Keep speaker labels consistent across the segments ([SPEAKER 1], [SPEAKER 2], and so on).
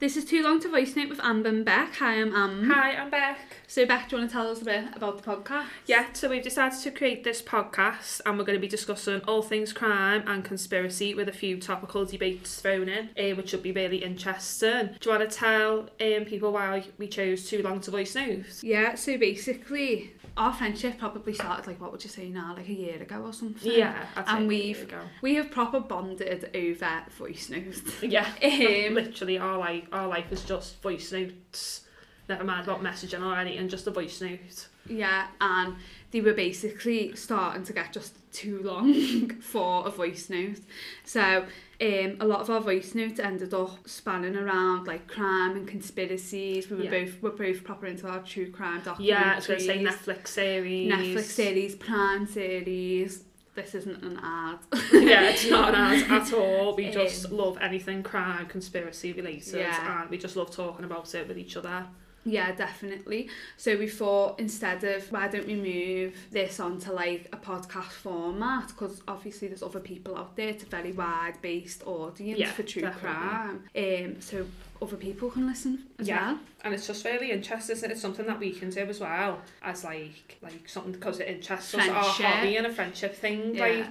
[SPEAKER 1] This is Too Long to Voice Note with Amber and Beck. Hi, I'm Am.
[SPEAKER 2] Hi, I'm Beck.
[SPEAKER 1] So, Beck, do you want to tell us a bit about the podcast?
[SPEAKER 2] Yeah, so we've decided to create this podcast and we're going to be discussing all things crime and conspiracy with a few topical debates thrown in, eh, which should be really interesting. Do you want to tell um, people why we chose Too Long to Voice Note?
[SPEAKER 1] Yeah, so basically, our friendship probably started, like, what would you say now, like a year ago or something?
[SPEAKER 2] I'd
[SPEAKER 1] And
[SPEAKER 2] say
[SPEAKER 1] we've-
[SPEAKER 2] there
[SPEAKER 1] We have proper bonded over voice notes.
[SPEAKER 2] we go. Yeah.
[SPEAKER 1] um,
[SPEAKER 2] Literally, our life, our life is just voice notes. Never mind about messaging or anything, just a voice note.
[SPEAKER 1] Yeah, and they were basically starting to get just too long for a voice note. So um, a lot of our voice notes ended up spanning around like crime and conspiracies. We were
[SPEAKER 2] Yeah.
[SPEAKER 1] both we're both proper into our true crime documentaries.
[SPEAKER 2] Yeah, I was going to say Netflix series.
[SPEAKER 1] Netflix series, Prime series. This isn't an ad.
[SPEAKER 2] yeah, it's not an ad at all. We just
[SPEAKER 1] Um,
[SPEAKER 2] love anything crime, conspiracy related,
[SPEAKER 1] Yeah.
[SPEAKER 2] and we just love talking about it with each other.
[SPEAKER 1] Yeah, definitely. So we thought instead of why don't we move this onto like a podcast format because obviously there's other people out there. It's a very wide based audience
[SPEAKER 2] Yeah,
[SPEAKER 1] for true
[SPEAKER 2] definitely.
[SPEAKER 1] crime. Um, so other people can listen as
[SPEAKER 2] Yeah.
[SPEAKER 1] well.
[SPEAKER 2] And it's just really interesting. isn't it? It's something that we can do as well as like like something because it interests us,
[SPEAKER 1] Friendship.
[SPEAKER 2] our hobby and a friendship thing.
[SPEAKER 1] Yeah.
[SPEAKER 2] Like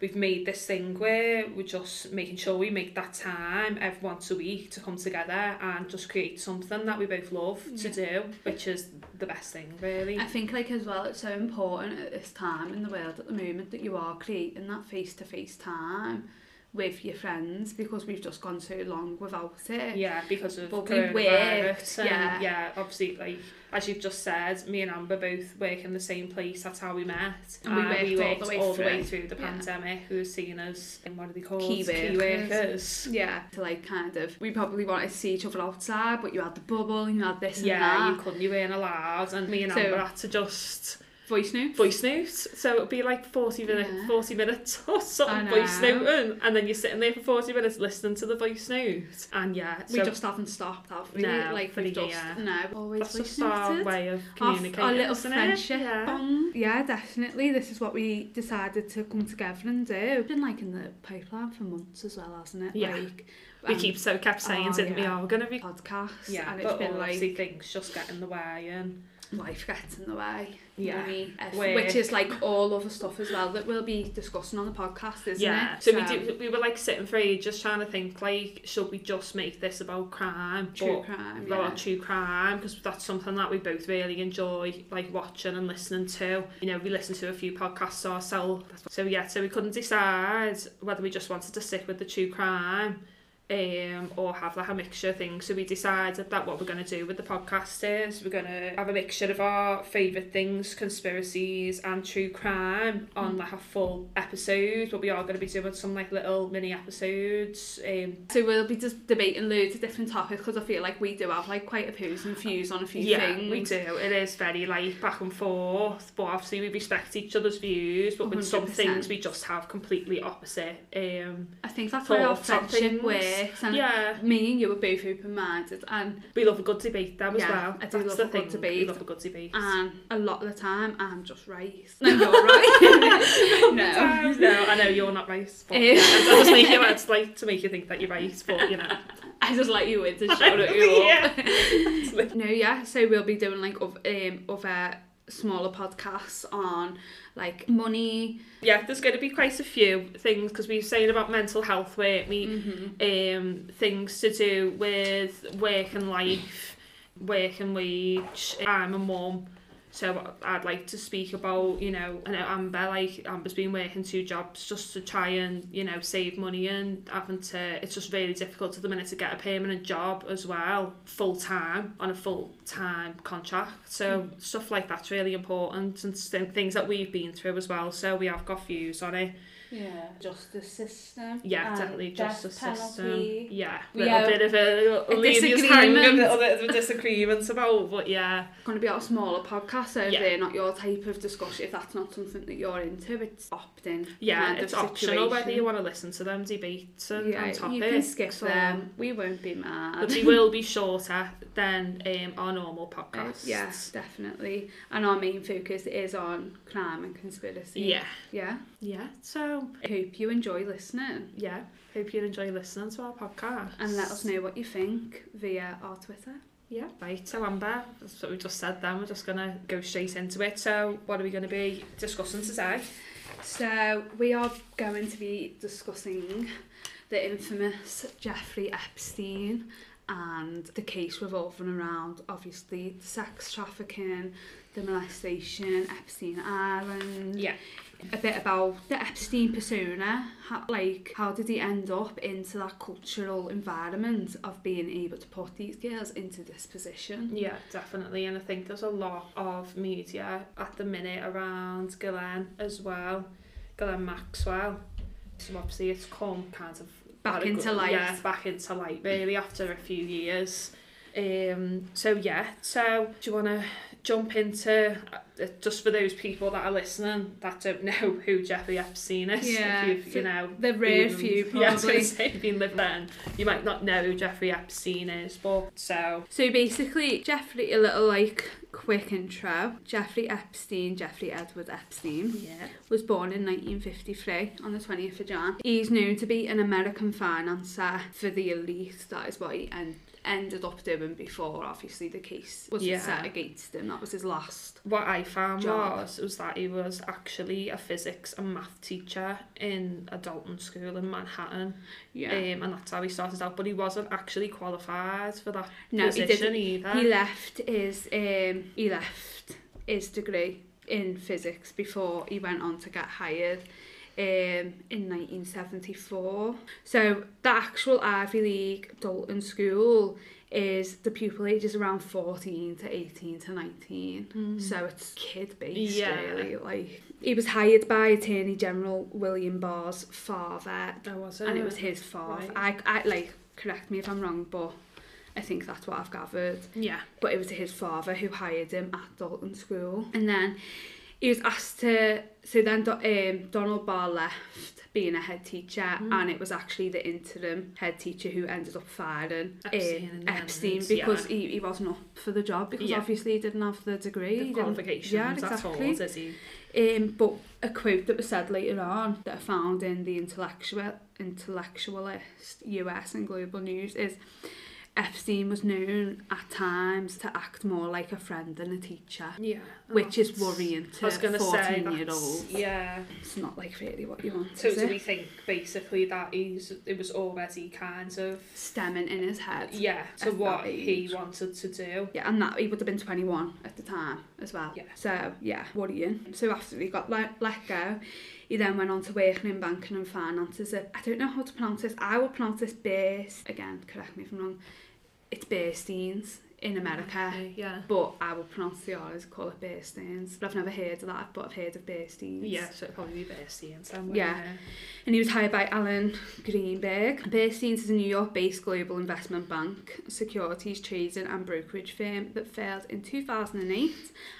[SPEAKER 2] we've made this thing where we're just making sure we make that time every once a week to come together and just create something that we both love to do, which is the best thing really.
[SPEAKER 1] I think like as well it's so important at this time in the world at the moment that you are creating that face to face time with your friends because we've just gone so long without it.
[SPEAKER 2] Yeah, because of
[SPEAKER 1] But we
[SPEAKER 2] coronavirus.
[SPEAKER 1] worked,
[SPEAKER 2] and
[SPEAKER 1] yeah.
[SPEAKER 2] yeah. yeah, obviously, like as you've just said, me and Amber both work in the same place. That's how we met,
[SPEAKER 1] And we worked all the way
[SPEAKER 2] all the way
[SPEAKER 1] through.
[SPEAKER 2] through the
[SPEAKER 1] Yeah.
[SPEAKER 2] pandemic. Who was seeing us? And what are they called?
[SPEAKER 1] Key workers.
[SPEAKER 2] workers.
[SPEAKER 1] Yeah, to like kind of, we probably wanted to see each other outside, but you had the bubble and you had this and
[SPEAKER 2] Yeah,
[SPEAKER 1] that.
[SPEAKER 2] you couldn't. You weren't allowed, and me and
[SPEAKER 1] So-
[SPEAKER 2] Amber had to just
[SPEAKER 1] voice note.
[SPEAKER 2] voice note. So it'd be like forty minutes,
[SPEAKER 1] Yeah.
[SPEAKER 2] forty minutes or
[SPEAKER 1] I
[SPEAKER 2] something
[SPEAKER 1] know.
[SPEAKER 2] voice note, and, and then you're sitting there for forty minutes listening to the voice note. And yeah,
[SPEAKER 1] We
[SPEAKER 2] so
[SPEAKER 1] just haven't stopped, have we?
[SPEAKER 2] No,
[SPEAKER 1] like
[SPEAKER 2] for
[SPEAKER 1] we've
[SPEAKER 2] the
[SPEAKER 1] just
[SPEAKER 2] year.
[SPEAKER 1] no, always
[SPEAKER 2] that's
[SPEAKER 1] voice
[SPEAKER 2] just our
[SPEAKER 1] noted.
[SPEAKER 2] way of
[SPEAKER 1] Our-
[SPEAKER 2] communicating.
[SPEAKER 1] our little
[SPEAKER 2] isn't it?
[SPEAKER 1] friendship
[SPEAKER 2] Yeah.
[SPEAKER 1] bond. Yeah, definitely. This is what we decided to come together and do. It's been like in the pipeline for months as well, hasn't it?
[SPEAKER 2] Yeah.
[SPEAKER 1] Like,
[SPEAKER 2] We
[SPEAKER 1] um,
[SPEAKER 2] keep so kept saying
[SPEAKER 1] oh,
[SPEAKER 2] didn't we?
[SPEAKER 1] yeah.
[SPEAKER 2] Oh, we're gonna be
[SPEAKER 1] podcasts,
[SPEAKER 2] yeah,
[SPEAKER 1] and
[SPEAKER 2] and
[SPEAKER 1] it's
[SPEAKER 2] but
[SPEAKER 1] been
[SPEAKER 2] obviously
[SPEAKER 1] like
[SPEAKER 2] things just get in the way and
[SPEAKER 1] life gets in the way.
[SPEAKER 2] Yeah.
[SPEAKER 1] money, F-
[SPEAKER 2] Work.
[SPEAKER 1] which is like all other stuff as well that we'll be discussing on the podcast, isn't
[SPEAKER 2] yeah.
[SPEAKER 1] it?
[SPEAKER 2] So, we do, we were like sitting for ages trying to think like should we just make this about crime,
[SPEAKER 1] true
[SPEAKER 2] but
[SPEAKER 1] crime.
[SPEAKER 2] about
[SPEAKER 1] yeah.
[SPEAKER 2] true crime because that's something that we both really enjoy like watching and listening to. You know, we listen to a few podcasts ourselves. So yeah, so we couldn't decide whether we just wanted to stick with the true crime. Um, or have like a mixture thing so we decided that what we're going to do with the podcast is we're going to have a mixture of our favourite things conspiracies and true crime on like a full episode but we are going to be doing some like little mini episodes um,
[SPEAKER 1] So we'll be just debating loads of different topics because I feel like we do have like quite opposing views on a few
[SPEAKER 2] yeah,
[SPEAKER 1] things.
[SPEAKER 2] we do. It is very like back and forth, but obviously we respect each other's views. But with some
[SPEAKER 1] 100%.
[SPEAKER 2] things, we just have completely opposite. Um,
[SPEAKER 1] I think that's where our
[SPEAKER 2] Thoughts on
[SPEAKER 1] friendship
[SPEAKER 2] things.
[SPEAKER 1] works. And
[SPEAKER 2] yeah,
[SPEAKER 1] Me and you were both open-minded and,
[SPEAKER 2] we love a good debate there as
[SPEAKER 1] Yeah,
[SPEAKER 2] well.
[SPEAKER 1] I do
[SPEAKER 2] That's
[SPEAKER 1] love
[SPEAKER 2] the
[SPEAKER 1] a good
[SPEAKER 2] thing.
[SPEAKER 1] debate.
[SPEAKER 2] We love a good debate.
[SPEAKER 1] and a lot of the time I'm just right. No, you're right. no.
[SPEAKER 2] Sometimes- no, I know you're not right. But,
[SPEAKER 1] Um,
[SPEAKER 2] yeah, I just make you. It's like to make you think that you're right, but you know.
[SPEAKER 1] I just let you in to shout at you all. No, yeah. So we'll be doing like of um other smaller podcasts on like money.
[SPEAKER 2] Yeah, there's going to be quite a few things because we were saying about mental health, weren't we?
[SPEAKER 1] Mm-hmm.
[SPEAKER 2] um, things to do with work and life, work and wage. I'm a mum, so I'd like to speak about, you know, I know Amber, like, Amber's been working two jobs just to try and, you know, save money and having to, it's just really difficult at the minute to get a permanent job as well, full time, on a full time contract. So
[SPEAKER 1] Mm.
[SPEAKER 2] stuff like that's really important and s- things that we've been through as well. So we have got views on it.
[SPEAKER 1] Yeah, justice system.
[SPEAKER 2] Yeah,
[SPEAKER 1] and
[SPEAKER 2] definitely
[SPEAKER 1] death
[SPEAKER 2] justice system.
[SPEAKER 1] penalty.
[SPEAKER 2] Yeah,
[SPEAKER 1] We
[SPEAKER 2] little
[SPEAKER 1] have
[SPEAKER 2] bit of a,
[SPEAKER 1] a
[SPEAKER 2] little ladies' hang, a
[SPEAKER 1] disagreement.
[SPEAKER 2] little bit of a disagreement about, but yeah,
[SPEAKER 1] going to be our smaller podcast, so if
[SPEAKER 2] Yeah.
[SPEAKER 1] they're not your type of discussion, if that's not something that you're into, it's opt-in.
[SPEAKER 2] yeah,
[SPEAKER 1] kind of
[SPEAKER 2] it's optional whether
[SPEAKER 1] situation.
[SPEAKER 2] you want to listen to them debates and,
[SPEAKER 1] yeah,
[SPEAKER 2] and topics.
[SPEAKER 1] you can skip
[SPEAKER 2] so-
[SPEAKER 1] them. We won't be
[SPEAKER 2] but
[SPEAKER 1] mad.
[SPEAKER 2] they will be shorter than um, our normal
[SPEAKER 1] Uh,
[SPEAKER 2] podcasts.
[SPEAKER 1] Yes, definitely. And our main focus is on crime and conspiracy.
[SPEAKER 2] Yeah.
[SPEAKER 1] Yeah.
[SPEAKER 2] yeah, so
[SPEAKER 1] I hope you enjoy listening
[SPEAKER 2] yeah, hope you enjoy listening to our podcast.
[SPEAKER 1] and let us know what you think via our Twitter.
[SPEAKER 2] Yeah, right. So Amber, that's what we just said then. We're just going to go straight into it. So what are we going to be discussing today?
[SPEAKER 1] So we are going to be discussing the infamous Jeffrey Epstein and the case revolving around obviously the sex trafficking, the molestation, Epstein Island.
[SPEAKER 2] Yeah.
[SPEAKER 1] A bit about the Epstein persona, how, like how did he end up into that cultural environment of being able to put these girls into this position?
[SPEAKER 2] Yeah, definitely. And I think there's a lot of media at the minute around Ghislaine as well, Ghislaine Maxwell. So obviously it's come kind of
[SPEAKER 1] Back into light.
[SPEAKER 2] Yeah, back into light really after a few years. Um, so yeah, so do you want to jump into uh, just for those people that are listening that don't know who Jeffrey Epstein is?
[SPEAKER 1] Yeah,
[SPEAKER 2] if you've,
[SPEAKER 1] for
[SPEAKER 2] you know,
[SPEAKER 1] The rare
[SPEAKER 2] been-
[SPEAKER 1] few probably.
[SPEAKER 2] Yeah, I was going to say, if you live then, you might not know who Jeffrey Epstein is, but so
[SPEAKER 1] So basically, Jeffrey, a little like quick intro. Jeffrey Epstein, Jeffrey Edward Epstein,
[SPEAKER 2] yeah.
[SPEAKER 1] was born in 1953 on the 20th of Jan. He's known to be an American financier for the elite. That is what he en- ended up doing before, obviously, the case was
[SPEAKER 2] Yeah.
[SPEAKER 1] set against him. That was his last.
[SPEAKER 2] what I found
[SPEAKER 1] job.
[SPEAKER 2] was was that he was actually a physics and math teacher in a Dalton school in Manhattan,
[SPEAKER 1] Yeah.
[SPEAKER 2] um, and that's how he started out. But he wasn't actually qualified for that
[SPEAKER 1] No, he
[SPEAKER 2] position either.
[SPEAKER 1] He left his um he left his degree in physics before he went on to get hired um in 1974. So the actual Ivy League Dalton school is the pupil ages around 14 to 18 to 19.
[SPEAKER 2] Hmm.
[SPEAKER 1] So it's kid based
[SPEAKER 2] Mm. Yeah.
[SPEAKER 1] really. Like he was hired by Attorney General William Barr's father
[SPEAKER 2] I wasn't,
[SPEAKER 1] and it was his fault.
[SPEAKER 2] Ah, Right.
[SPEAKER 1] I, I like correct me if I'm wrong, but I think that's what I've gathered.
[SPEAKER 2] yeah,
[SPEAKER 1] But it was his father who hired him at Dalton School, and then he was asked to. So then Do- um, Donald Barr left being a head teacher,
[SPEAKER 2] Mm.
[SPEAKER 1] and it was actually the interim head teacher who ended up firing um,
[SPEAKER 2] Epstein and then
[SPEAKER 1] Epstein
[SPEAKER 2] it's-
[SPEAKER 1] because
[SPEAKER 2] yeah.
[SPEAKER 1] he, he wasn't up for the job because
[SPEAKER 2] Yeah.
[SPEAKER 1] obviously he didn't have the degree.
[SPEAKER 2] the
[SPEAKER 1] he didn't-
[SPEAKER 2] qualifications
[SPEAKER 1] yeah,
[SPEAKER 2] at
[SPEAKER 1] exactly.
[SPEAKER 2] all, did he?
[SPEAKER 1] Um, but a quote that was said later on that I found in the intellectual intellectualist US and global news is Epstein was known at times to act more like a friend than a teacher,
[SPEAKER 2] Yeah, and
[SPEAKER 1] which is
[SPEAKER 2] that's-
[SPEAKER 1] worrying
[SPEAKER 2] Oh. I
[SPEAKER 1] to
[SPEAKER 2] was going to say,
[SPEAKER 1] fourteen year
[SPEAKER 2] that's-
[SPEAKER 1] olds.
[SPEAKER 2] yeah.
[SPEAKER 1] It's not like really what you want.
[SPEAKER 2] So
[SPEAKER 1] is
[SPEAKER 2] do
[SPEAKER 1] it?
[SPEAKER 2] we think basically that he's it was already kind of
[SPEAKER 1] stemming in his head.
[SPEAKER 2] yeah to
[SPEAKER 1] At that
[SPEAKER 2] what
[SPEAKER 1] age.
[SPEAKER 2] he wanted to do?
[SPEAKER 1] Yeah, and that he would have been 21 at the time as well.
[SPEAKER 2] Yeah.
[SPEAKER 1] So, yeah, worrying. So after he got let, let go, he then went on to working in banking and finance as a, I don't know how to pronounce this, I will pronounce this Bears, again, correct me if I'm wrong, it's Bearsteins in America.
[SPEAKER 2] yeah,
[SPEAKER 1] But I will pronounce the R's, call it Bearsteins. But I've never heard of that, but I've heard of Bearsteins.
[SPEAKER 2] yeah. So it'd probably be Bessie and somewhere.
[SPEAKER 1] Yeah. and he was hired by Alan Greenberg. Bernstein's is a New York-based global investment bank, securities trading and brokerage firm that failed in 2008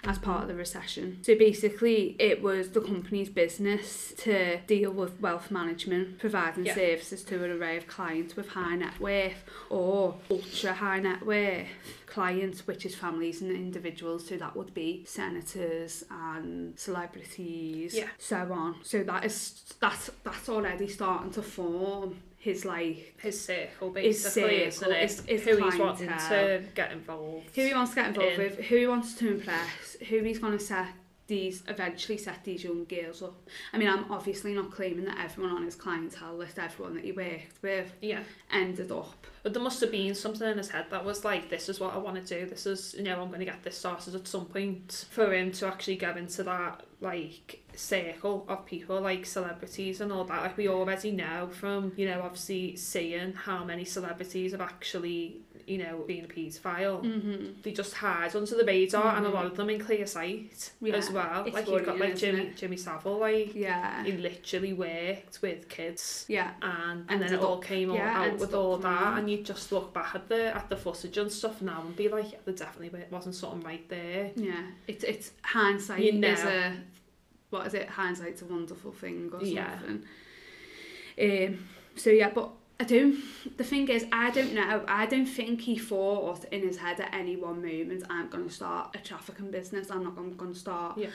[SPEAKER 1] as part of the recession. So basically, it was the company's business to deal with wealth management, providing
[SPEAKER 2] Yeah.
[SPEAKER 1] services to an array of clients with high net worth or ultra high net worth clients, which is families and individuals. So that would be senators and celebrities,
[SPEAKER 2] Yeah.
[SPEAKER 1] so on. So that is that's that's already starting to form his like
[SPEAKER 2] his circle
[SPEAKER 1] His
[SPEAKER 2] basically, isn't
[SPEAKER 1] circle,
[SPEAKER 2] it?
[SPEAKER 1] his- his
[SPEAKER 2] who he's wanting
[SPEAKER 1] clientele.
[SPEAKER 2] to get involved.
[SPEAKER 1] who he wants to get involved
[SPEAKER 2] In.
[SPEAKER 1] with, who he wants to impress, who he's going to set these eventually set these young girls up. I mean, I'm obviously not claiming that everyone on his clientele list, everyone that he worked with,
[SPEAKER 2] yeah,
[SPEAKER 1] ended up.
[SPEAKER 2] but there must have been something in his head that was like, "This is what I want to do. This is, you know, I'm going to get this started at some point." For him to actually go into that like circle of people, like celebrities and all that, like we already know from, you know, obviously seeing how many celebrities have actually, you know, been a paedophile.
[SPEAKER 1] Mm-hmm.
[SPEAKER 2] they just hide under the radar and a
[SPEAKER 1] Mhm.
[SPEAKER 2] lot of them in clear sight
[SPEAKER 1] Yeah,
[SPEAKER 2] as well.
[SPEAKER 1] it's
[SPEAKER 2] Like you've got
[SPEAKER 1] worrying,
[SPEAKER 2] like
[SPEAKER 1] isn't
[SPEAKER 2] Jimmy,
[SPEAKER 1] it?
[SPEAKER 2] Jimmy Savile, like
[SPEAKER 1] Yeah.
[SPEAKER 2] he literally worked with kids
[SPEAKER 1] Yeah.
[SPEAKER 2] and, and
[SPEAKER 1] Ended
[SPEAKER 2] then it all came all
[SPEAKER 1] yeah,
[SPEAKER 2] out
[SPEAKER 1] ended
[SPEAKER 2] with
[SPEAKER 1] up
[SPEAKER 2] all
[SPEAKER 1] on
[SPEAKER 2] that
[SPEAKER 1] that.
[SPEAKER 2] and you just look back at the at the footage and stuff now and be like yeah there definitely wa- wasn't something right there
[SPEAKER 1] Yeah. It's it's hindsight
[SPEAKER 2] You know.
[SPEAKER 1] is a what is it? Hindsight's a wonderful thing or something.
[SPEAKER 2] Yeah.
[SPEAKER 1] Um so yeah, but I do the thing is I don't know. I don't think he thought in his head at any one moment I'm gonna start a trafficking business, I'm not I'm gonna start
[SPEAKER 2] Yeah.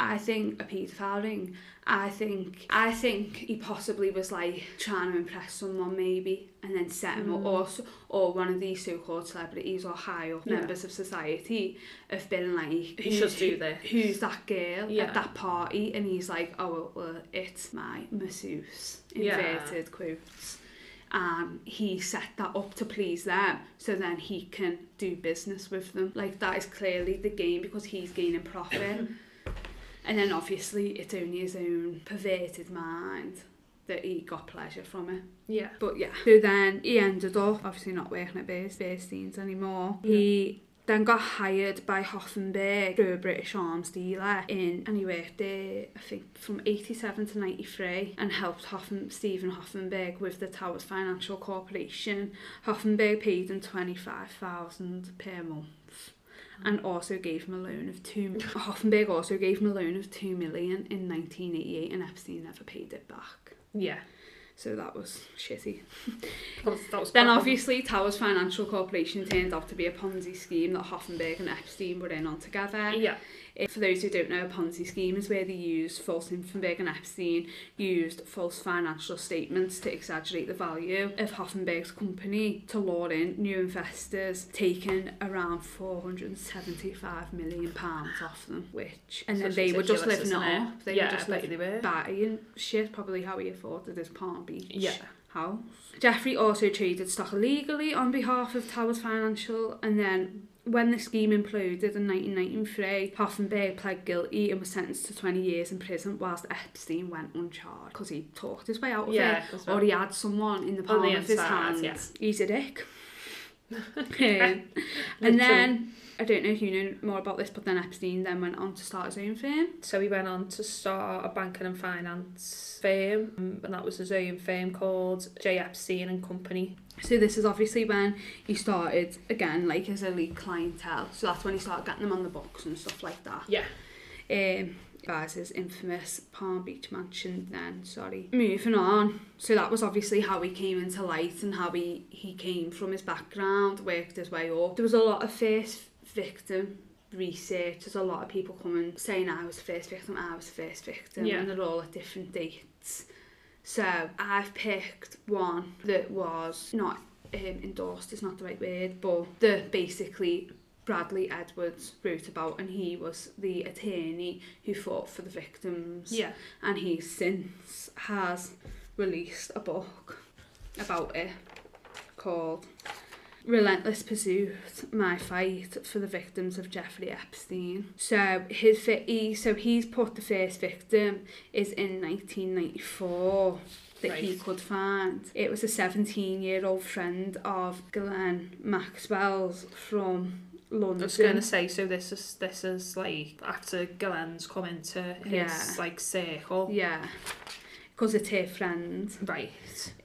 [SPEAKER 1] I think a paedophile ring. I think I think he possibly was like trying to impress someone maybe, and then set him
[SPEAKER 2] Mm.
[SPEAKER 1] up, or s- or one of these so-called celebrities or high up
[SPEAKER 2] Yeah.
[SPEAKER 1] members of society have been like,
[SPEAKER 2] He
[SPEAKER 1] "Who's-
[SPEAKER 2] should do this.
[SPEAKER 1] Who's that girl
[SPEAKER 2] Yeah.
[SPEAKER 1] at that party? And he's like, oh, well, well, it's my masseuse,
[SPEAKER 2] Yeah.
[SPEAKER 1] inverted quotes. And he set that up to please them so then he can do business with them. Like, that is clearly the game because he's gaining profit. and then obviously, it's only his own perverted mind that he got pleasure from it.
[SPEAKER 2] Yeah.
[SPEAKER 1] But yeah. So then he ended up obviously not working at Bears, Bearsteins anymore.
[SPEAKER 2] Yeah.
[SPEAKER 1] He then got hired by Hoffenberg through a British arms dealer in and he worked there I think from 87 to 93 and helped Hoffen, Stephen Hoffenberg with the Towers Financial Corporation. Hoffenberg paid him 25,000 per month and also gave him a loan of two Hoffenberg also gave him a loan of 2 million in 1988 and Epstein never paid it back.
[SPEAKER 2] Yeah.
[SPEAKER 1] So that was shitty.
[SPEAKER 2] That was, that was
[SPEAKER 1] Then
[SPEAKER 2] proper.
[SPEAKER 1] obviously Towers Financial Corporation turned out to be a Ponzi scheme that Hoffenberg and Epstein were in on together.
[SPEAKER 2] Yeah.
[SPEAKER 1] Eh, For those who don't know, a Ponzi scheme is where they used false Hoffenberg and Epstein used false financial statements to exaggerate the value of Hoffenberg's company to lure in new investors, taking around 475 million pounds off them, which and
[SPEAKER 2] So
[SPEAKER 1] then
[SPEAKER 2] it's
[SPEAKER 1] they were just
[SPEAKER 2] ridiculous,
[SPEAKER 1] living it
[SPEAKER 2] isn't
[SPEAKER 1] up. They
[SPEAKER 2] yeah,
[SPEAKER 1] were just
[SPEAKER 2] I bet
[SPEAKER 1] living
[SPEAKER 2] they were.
[SPEAKER 1] buying shit, probably how he afforded his Palm Beach
[SPEAKER 2] Yeah.
[SPEAKER 1] house. Jeffrey also traded stock illegally on behalf of Towers Financial and then when the scheme imploded in 1993, Hoffenberg pled guilty and was sentenced to 20 years in prison whilst Epstein went uncharged because he talked his way out of
[SPEAKER 2] Yeah.
[SPEAKER 1] it
[SPEAKER 2] that's
[SPEAKER 1] or
[SPEAKER 2] right.
[SPEAKER 1] he had someone in the palm
[SPEAKER 2] the
[SPEAKER 1] of his
[SPEAKER 2] inside,
[SPEAKER 1] hand.
[SPEAKER 2] yeah.
[SPEAKER 1] He's a dick. Um, and then, I don't know if you know more about this, but then Epstein then went on to start his own firm.
[SPEAKER 2] So he went on to start a banking and finance firm, um, and that was his own firm called J. Epstein and Company.
[SPEAKER 1] So this is obviously when he started again, like as a lead clientele. So that's when he started getting them on the books and stuff like that.
[SPEAKER 2] Yeah.
[SPEAKER 1] Um, buys his infamous Palm Beach mansion. Then, sorry. Moving on. So that was obviously how he came into light and how he he came from his background, worked his way up. There was a lot of first victim research. There's a lot of people coming saying I was the first victim, I was the first victim,
[SPEAKER 2] Yeah.
[SPEAKER 1] and they're all at different dates. So I've picked one that was not um, endorsed, it's not the right word, but that basically Bradley Edwards wrote about, and he was the attorney who fought for the victims.
[SPEAKER 2] Yeah.
[SPEAKER 1] And he since has released a book about it called Relentless Pursuit My Fight for the Victims of Jeffrey Epstein. So his fi- he, so he's put the first victim is in 1994 that he
[SPEAKER 2] Right.
[SPEAKER 1] could find. It was a 17 year old friend of Glenn Maxwell's from London.
[SPEAKER 2] I was going to say, so this is this is like after Galen's come into his
[SPEAKER 1] Yeah.
[SPEAKER 2] like circle.
[SPEAKER 1] Yeah. Because it's her friend.
[SPEAKER 2] Right.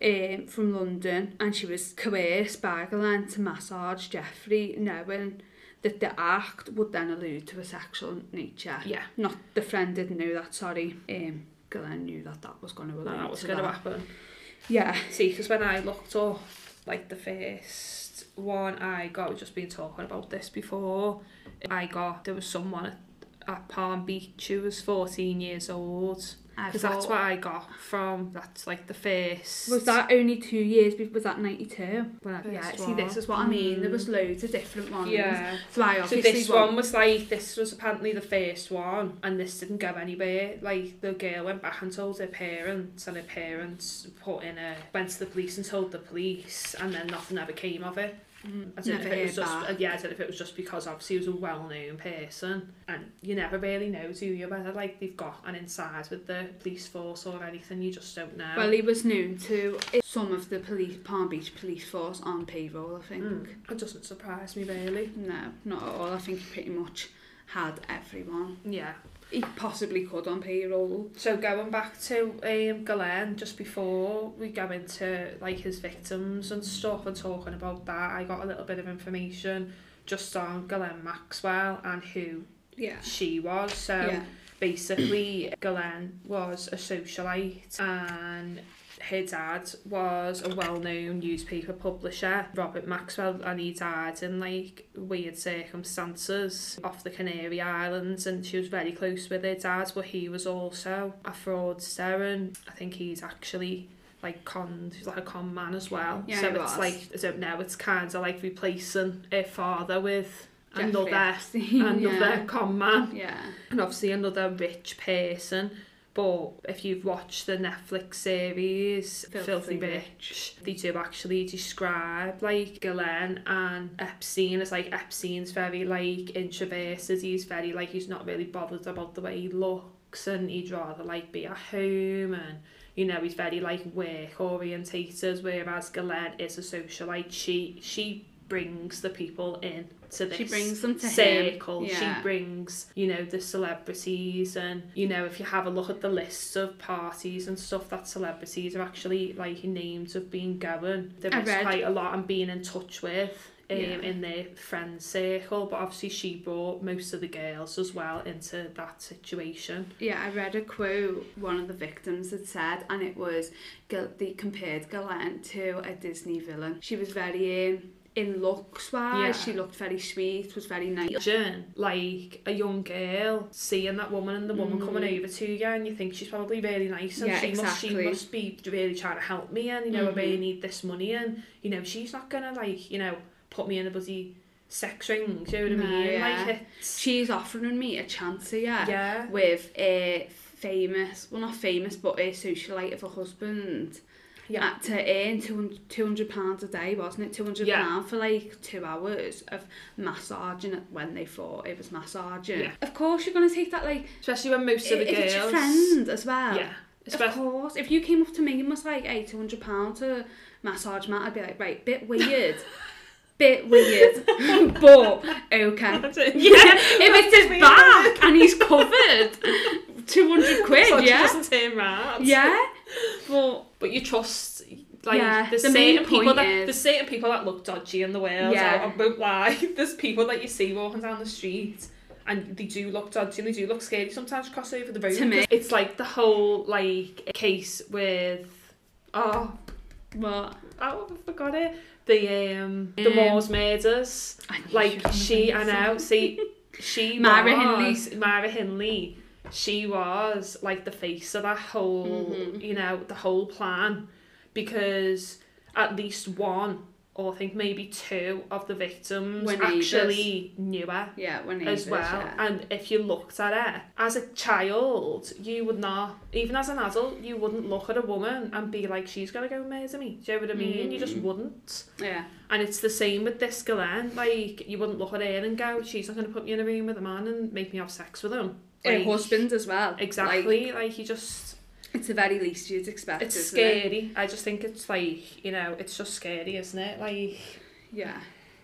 [SPEAKER 1] um, from London and she was coerced by Glenn to massage Jeffrey knowing that the act would then allude to a sexual nature.
[SPEAKER 2] Yeah.
[SPEAKER 1] Not the friend didn't know that, sorry. Um, Glenn knew that that was going to allude
[SPEAKER 2] That was
[SPEAKER 1] to
[SPEAKER 2] going to
[SPEAKER 1] that.
[SPEAKER 2] happen.
[SPEAKER 1] Yeah.
[SPEAKER 2] See, because when I looked up, like the first one I got, we've just been talking about this before. I got there was someone at, at Palm Beach who was 14 years old.
[SPEAKER 1] I
[SPEAKER 2] Because that's
[SPEAKER 1] thought-
[SPEAKER 2] what I got from that's like the first.
[SPEAKER 1] Was that only two years? be- Was that 92?
[SPEAKER 2] when I
[SPEAKER 1] Yeah,
[SPEAKER 2] first
[SPEAKER 1] see, this
[SPEAKER 2] was.
[SPEAKER 1] is what I mean. There was
[SPEAKER 2] Mm.
[SPEAKER 1] loads of different ones.
[SPEAKER 2] Yeah.
[SPEAKER 1] So I
[SPEAKER 2] So
[SPEAKER 1] obviously
[SPEAKER 2] this
[SPEAKER 1] want-
[SPEAKER 2] one was like this was apparently the first one, and this didn't go anywhere. Like the girl went back and told her parents, and her parents put in a went to the police and told the police, and then nothing ever came of it. I don't know
[SPEAKER 1] Mm, never
[SPEAKER 2] if it was
[SPEAKER 1] heard
[SPEAKER 2] just
[SPEAKER 1] back.
[SPEAKER 2] yeah, I don't know if it was just because obviously he was a well known person, and you never really know, do you? Whether like they've got an inside with the police force or anything, you just don't know.
[SPEAKER 1] Well, he was known to some of the police, Palm Beach police force on payroll, I think.
[SPEAKER 2] Mm. It doesn't surprise me really.
[SPEAKER 1] No, not at all. I think he pretty much had everyone.
[SPEAKER 2] Yeah.
[SPEAKER 1] He possibly could on payroll.
[SPEAKER 2] So going back to um, Galen, just before we go into like his victims and stuff and talking about that, I got a little bit of information just on Galen Maxwell and who
[SPEAKER 1] Yeah.
[SPEAKER 2] she was. So
[SPEAKER 1] Yeah.
[SPEAKER 2] basically, Galen was a socialite and Her dad was a well-known newspaper publisher, Robert Maxwell, and he died in like weird circumstances off the Canary Islands, and she was very close with her dad, but he was also a fraudster, and I think he's actually like conned, he's like a con man as well.
[SPEAKER 1] Yeah,
[SPEAKER 2] so
[SPEAKER 1] he was.
[SPEAKER 2] it's like I don't know, it's kind of like replacing her father with
[SPEAKER 1] Jeffrey
[SPEAKER 2] another
[SPEAKER 1] Epstein,
[SPEAKER 2] another
[SPEAKER 1] yeah.
[SPEAKER 2] con man
[SPEAKER 1] yeah.
[SPEAKER 2] and obviously another rich person. But if you've watched the Netflix series
[SPEAKER 1] Filthy
[SPEAKER 2] Filthy, Rich, they do actually describe like Glenn and Epstein as like Epstein's very like introverted. He's very like he's not really bothered about the way he looks, and he'd rather like be at home and. You know, he's very like work orientated, whereas Galen is a socialite. She she brings the people in to this
[SPEAKER 1] She brings them to
[SPEAKER 2] circle.
[SPEAKER 1] him. Yeah.
[SPEAKER 2] She brings, you know, the celebrities and you know, if you have a look at the lists of parties and stuff that celebrities are actually like names have been going. There
[SPEAKER 1] I
[SPEAKER 2] is
[SPEAKER 1] read-
[SPEAKER 2] quite a lot and being in touch with. Um,
[SPEAKER 1] Yeah.
[SPEAKER 2] in their friend circle, but obviously she brought most of the girls as well into that situation.
[SPEAKER 1] Yeah, I read a quote one of the victims had said, and it was Gal- they compared Galen to a Disney villain. She was very um, in looks wise.
[SPEAKER 2] Yeah.
[SPEAKER 1] She looked very sweet, was very nice.
[SPEAKER 2] Imagine, like a young girl seeing that woman and the woman
[SPEAKER 1] Mm.
[SPEAKER 2] coming over to you, and you think she's probably really nice, and
[SPEAKER 1] Yeah,
[SPEAKER 2] she must
[SPEAKER 1] exactly.
[SPEAKER 2] she must be really trying to help me, and you know
[SPEAKER 1] Mhm.
[SPEAKER 2] I really need this money, and you know she's not gonna like you know put me in a bloody sex ring. Do you know what
[SPEAKER 1] No,
[SPEAKER 2] I mean?
[SPEAKER 1] yeah.
[SPEAKER 2] Like it's
[SPEAKER 1] She's offering me a chance here
[SPEAKER 2] yeah.
[SPEAKER 1] with a famous, well not famous, but a socialite of a husband.
[SPEAKER 2] Yeah.
[SPEAKER 1] At to earn two hundred pounds a day, wasn't it? Two hundred pound
[SPEAKER 2] Yeah.
[SPEAKER 1] for like two hours of massaging when they thought it was massaging.
[SPEAKER 2] Yeah.
[SPEAKER 1] Of course, you're gonna take that like
[SPEAKER 2] Especially when most of the
[SPEAKER 1] if
[SPEAKER 2] girls.
[SPEAKER 1] it's your friend as well.
[SPEAKER 2] Yeah. Especially
[SPEAKER 1] Of course, if you came up to me and was like, hey, £200 to massage Matt, I'd be like, right, bit weird. bit weird. but, okay.
[SPEAKER 2] yeah.
[SPEAKER 1] if it's his back and he's covered, 200 quid,
[SPEAKER 2] So she
[SPEAKER 1] yeah?
[SPEAKER 2] doesn't turn round.
[SPEAKER 1] Yeah? But,
[SPEAKER 2] But you trust like
[SPEAKER 1] Yeah,
[SPEAKER 2] there's
[SPEAKER 1] the main
[SPEAKER 2] certain people
[SPEAKER 1] point
[SPEAKER 2] that
[SPEAKER 1] is-
[SPEAKER 2] there's certain people that look dodgy in the world.
[SPEAKER 1] Yeah.
[SPEAKER 2] I, I won't lie. There's people that you see walking down the street and they do look dodgy and they do look scary. Sometimes cross over the road.
[SPEAKER 1] To me-
[SPEAKER 2] It's like the whole like case with oh
[SPEAKER 1] well,
[SPEAKER 2] oh I forgot it. The um the
[SPEAKER 1] Um,
[SPEAKER 2] Moors murders.
[SPEAKER 1] I knew she was
[SPEAKER 2] Like
[SPEAKER 1] gonna
[SPEAKER 2] she
[SPEAKER 1] think
[SPEAKER 2] I
[SPEAKER 1] so.
[SPEAKER 2] know, see she
[SPEAKER 1] Myra
[SPEAKER 2] was, Hinley Myra Hinley. She was like the face of that whole
[SPEAKER 1] Mhm.
[SPEAKER 2] you know, the whole plan because at least one or I think maybe two of the victims
[SPEAKER 1] Were neighbours.
[SPEAKER 2] actually knew her
[SPEAKER 1] Yeah, when he
[SPEAKER 2] as well. And if you looked at her as a child, you would not, even as an adult, you wouldn't look at a woman and be like, she's gonna go murder me. Do you know what I mean? You just
[SPEAKER 1] Mm.
[SPEAKER 2] wouldn't.
[SPEAKER 1] Yeah.
[SPEAKER 2] And it's the same with this Galen. Like, you wouldn't look at her and go, she's not gonna put me in a room with a man and make me have sex with him.
[SPEAKER 1] Her
[SPEAKER 2] Like,
[SPEAKER 1] husband as well. Like,
[SPEAKER 2] Exactly. Like, you just,
[SPEAKER 1] it's the very least you'd expect.
[SPEAKER 2] it's
[SPEAKER 1] isn't it?
[SPEAKER 2] scary. I just think it's like, you know, it's just scary, isn't it? Like,
[SPEAKER 1] Yeah.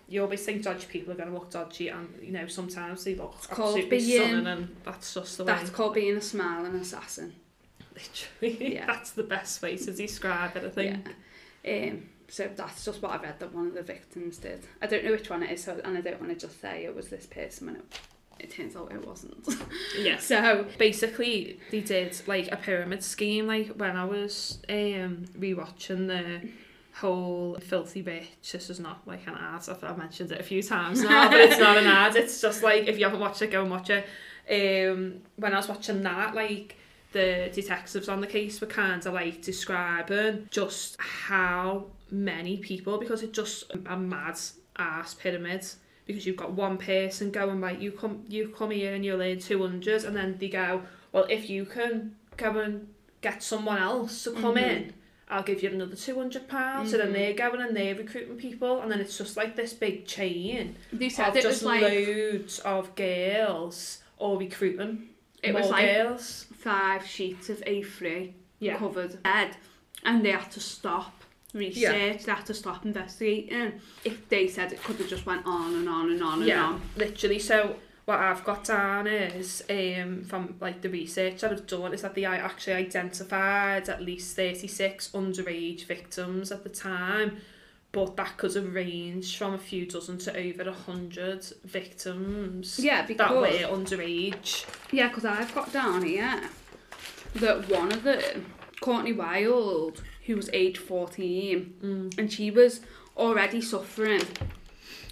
[SPEAKER 2] you always think dodgy people are going to look dodgy, and you know sometimes they look
[SPEAKER 1] called
[SPEAKER 2] absolutely
[SPEAKER 1] being-
[SPEAKER 2] stunning, and that's just the
[SPEAKER 1] That's
[SPEAKER 2] way.
[SPEAKER 1] called being a smiling assassin.
[SPEAKER 2] Literally,
[SPEAKER 1] Yeah.
[SPEAKER 2] that's the best way to describe it. I think.
[SPEAKER 1] Yeah. Um, so that's just what I read that one of the victims did. I don't know which one it is, so, and I don't want to just say it was this person when it, it turns out it wasn't.
[SPEAKER 2] Yes.
[SPEAKER 1] so,
[SPEAKER 2] Basically, they did like a pyramid scheme. Like when I was um rewatching the whole filthy bitch. This is not like an ad. I've, I've mentioned it a few times now, but it's not an ad. It's just like if you haven't watched it, go and watch it. Um, when I was watching that, like the detectives on the case were kind of like describing just how many people because it's just a mad ass pyramid because you've got one person going like you come you come here and you'll earn 200 and then they go well if you can go and get someone else to come
[SPEAKER 1] Mhm.
[SPEAKER 2] in I'll give you another 200 pounds so then
[SPEAKER 1] Mhm.
[SPEAKER 2] they're going and they're recruiting people and then it's just like this big chain
[SPEAKER 1] they
[SPEAKER 2] of
[SPEAKER 1] said it
[SPEAKER 2] just
[SPEAKER 1] was like
[SPEAKER 2] loads of girls all recruiting
[SPEAKER 1] it
[SPEAKER 2] more
[SPEAKER 1] was like
[SPEAKER 2] girls
[SPEAKER 1] five sheets of A3
[SPEAKER 2] Yeah.
[SPEAKER 1] covered dead, and they had to stop research. They had to stop investigating. If they said it could have just went on and on and on
[SPEAKER 2] yeah,
[SPEAKER 1] and on.
[SPEAKER 2] literally. So what I've got down is um, from like the research that I've done is that they i- actually identified at least thirty six underage victims at the time, but that could have ranged from a few dozen to over a hundred victims
[SPEAKER 1] Yeah,
[SPEAKER 2] that
[SPEAKER 1] because
[SPEAKER 2] were underage.
[SPEAKER 1] Yeah, because I've got down here that one of them, Courtney Wild, who was age 14
[SPEAKER 2] Mm.
[SPEAKER 1] and she was already suffering.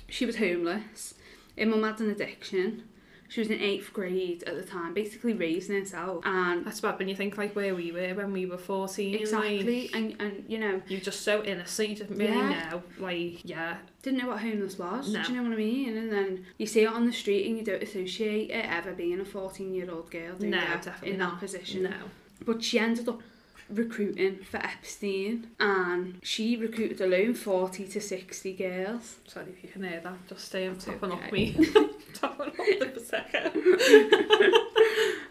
[SPEAKER 1] She was homeless. Her mum had an addiction. She was in eighth grade at the time, basically raising herself. And
[SPEAKER 2] That's bad when you think like where we were when we were 14. like,
[SPEAKER 1] exactly, and, and you know,
[SPEAKER 2] you're just so innocent, you didn't really
[SPEAKER 1] Yeah.
[SPEAKER 2] know. Like, yeah,
[SPEAKER 1] didn't know what homeless was.
[SPEAKER 2] No.
[SPEAKER 1] Do you know what I mean? And then you see it on the street and you don't associate it ever being a 14 year old girl do
[SPEAKER 2] No,
[SPEAKER 1] you,
[SPEAKER 2] definitely
[SPEAKER 1] in that
[SPEAKER 2] not.
[SPEAKER 1] position.
[SPEAKER 2] no.
[SPEAKER 1] But she ended up recruiting for Epstein and she recruited alone 40 to 60 girls.
[SPEAKER 2] Sorry if you can hear that, just stay on
[SPEAKER 1] That's
[SPEAKER 2] top and off
[SPEAKER 1] okay.
[SPEAKER 2] me. top and off there for a second.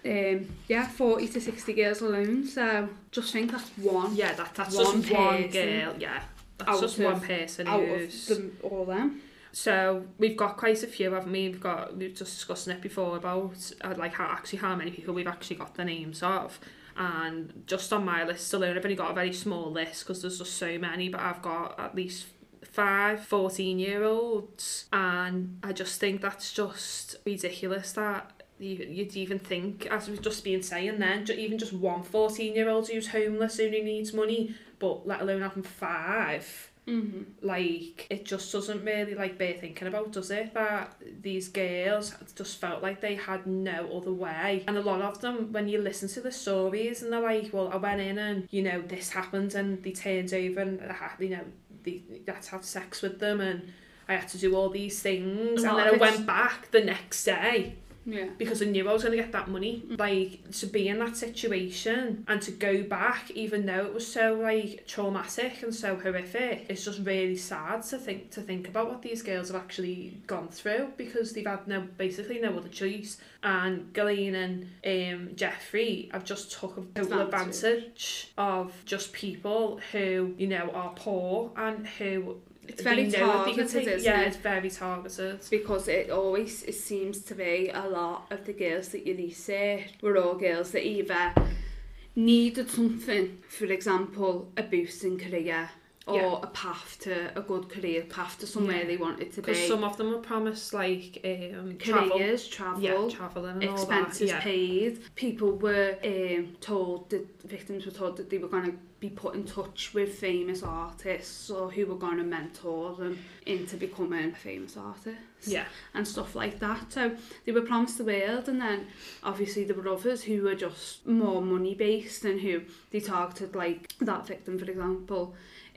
[SPEAKER 1] Um, yeah, 40 to 60 girls alone. So just think that's one
[SPEAKER 2] Yeah, that, that's
[SPEAKER 1] One
[SPEAKER 2] just one
[SPEAKER 1] person
[SPEAKER 2] girl, yeah.
[SPEAKER 1] out
[SPEAKER 2] That's just
[SPEAKER 1] of-
[SPEAKER 2] one person
[SPEAKER 1] out
[SPEAKER 2] who's...
[SPEAKER 1] of them, all them.
[SPEAKER 2] So we've got quite a few, haven't we? We've got we've just discussed it before about uh, like how actually how many people we've actually got the names of, and just on my list alone, I've only got a very small list because there's just so many. But I've got at least five 14 year olds, and I just think that's just ridiculous that. you- You'd even think, as we've just been saying then, ju- even just one 14 year old who's homeless and who needs money, but let alone having five
[SPEAKER 1] Mm-hmm.
[SPEAKER 2] like it just doesn't really like bear thinking about does it that these girls just felt like they had no other way and a lot of them when you listen to the stories and they're like well I went in and you know this happened and they turned over and I had, you know they had to have sex with them and I had to do all these things
[SPEAKER 1] A
[SPEAKER 2] and
[SPEAKER 1] lot
[SPEAKER 2] then
[SPEAKER 1] of
[SPEAKER 2] I
[SPEAKER 1] it's-
[SPEAKER 2] went back the next day
[SPEAKER 1] Yeah.
[SPEAKER 2] because I knew I was going to get that money. Like, to be in that situation and to go back, even though it was so, like, traumatic and so horrific, it's just really sad to think to think about what these girls have actually gone through because they've had no, basically no other choice. And Gillian and um, Jeffrey have just took a total
[SPEAKER 1] Advantage.
[SPEAKER 2] advantage of just people who, you know, are poor and who...
[SPEAKER 1] It's
[SPEAKER 2] they
[SPEAKER 1] very
[SPEAKER 2] know that they can
[SPEAKER 1] targeted,
[SPEAKER 2] take-
[SPEAKER 1] isn't
[SPEAKER 2] Yeah,
[SPEAKER 1] it?
[SPEAKER 2] it's very targeted.
[SPEAKER 1] Because it always it seems to be a lot of the girls that you research were all girls that either needed something, for example, a boost in career or
[SPEAKER 2] Yeah.
[SPEAKER 1] a path to a good career, path to somewhere
[SPEAKER 2] Yeah.
[SPEAKER 1] they wanted to be.
[SPEAKER 2] Because some of them were promised like um, travel,
[SPEAKER 1] Careers, travel,
[SPEAKER 2] yeah, traveling and
[SPEAKER 1] expenses
[SPEAKER 2] all that.
[SPEAKER 1] paid. People were um, told that victims were told that they were going to be put in touch with famous artists or who were going to mentor them into becoming a famous artist
[SPEAKER 2] Yeah,
[SPEAKER 1] and stuff like that. So they were promised the world, and then obviously there were others who were just more money based and who they targeted, like that victim, for example.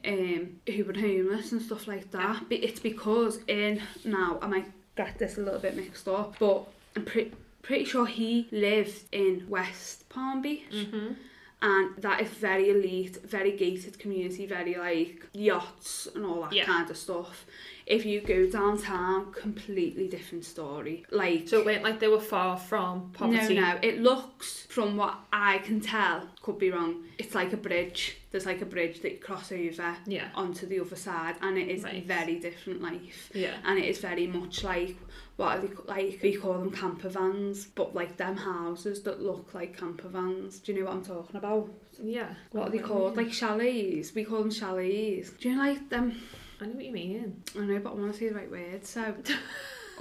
[SPEAKER 1] Um, who were homeless and stuff like that. But it's because in now I might get this a little bit mixed up, but I'm pretty pretty sure he lived in West Palm Beach.
[SPEAKER 2] yeah. Mm-hmm.
[SPEAKER 1] and that is very elite, very gated community, very like yachts and all that
[SPEAKER 2] Yeah.
[SPEAKER 1] kind of stuff. If you go downtown, completely different story. Like
[SPEAKER 2] So it went like they were far from poverty.
[SPEAKER 1] no, no, it looks from what I can tell, could be wrong. It's like a bridge. There's like a bridge that you cross over
[SPEAKER 2] Yeah,
[SPEAKER 1] onto the other side, and it is
[SPEAKER 2] Right.
[SPEAKER 1] very different life.
[SPEAKER 2] yeah.
[SPEAKER 1] And it is very much like what are they c- like? We call them camper vans, but like them houses that look like camper vans. Do you know what I'm talking about?
[SPEAKER 2] Oh, Yeah.
[SPEAKER 1] what are they called? Like chalets. We call them chalets. Do you know, like them?
[SPEAKER 2] I know what you mean.
[SPEAKER 1] I know, but I want to say the right word, so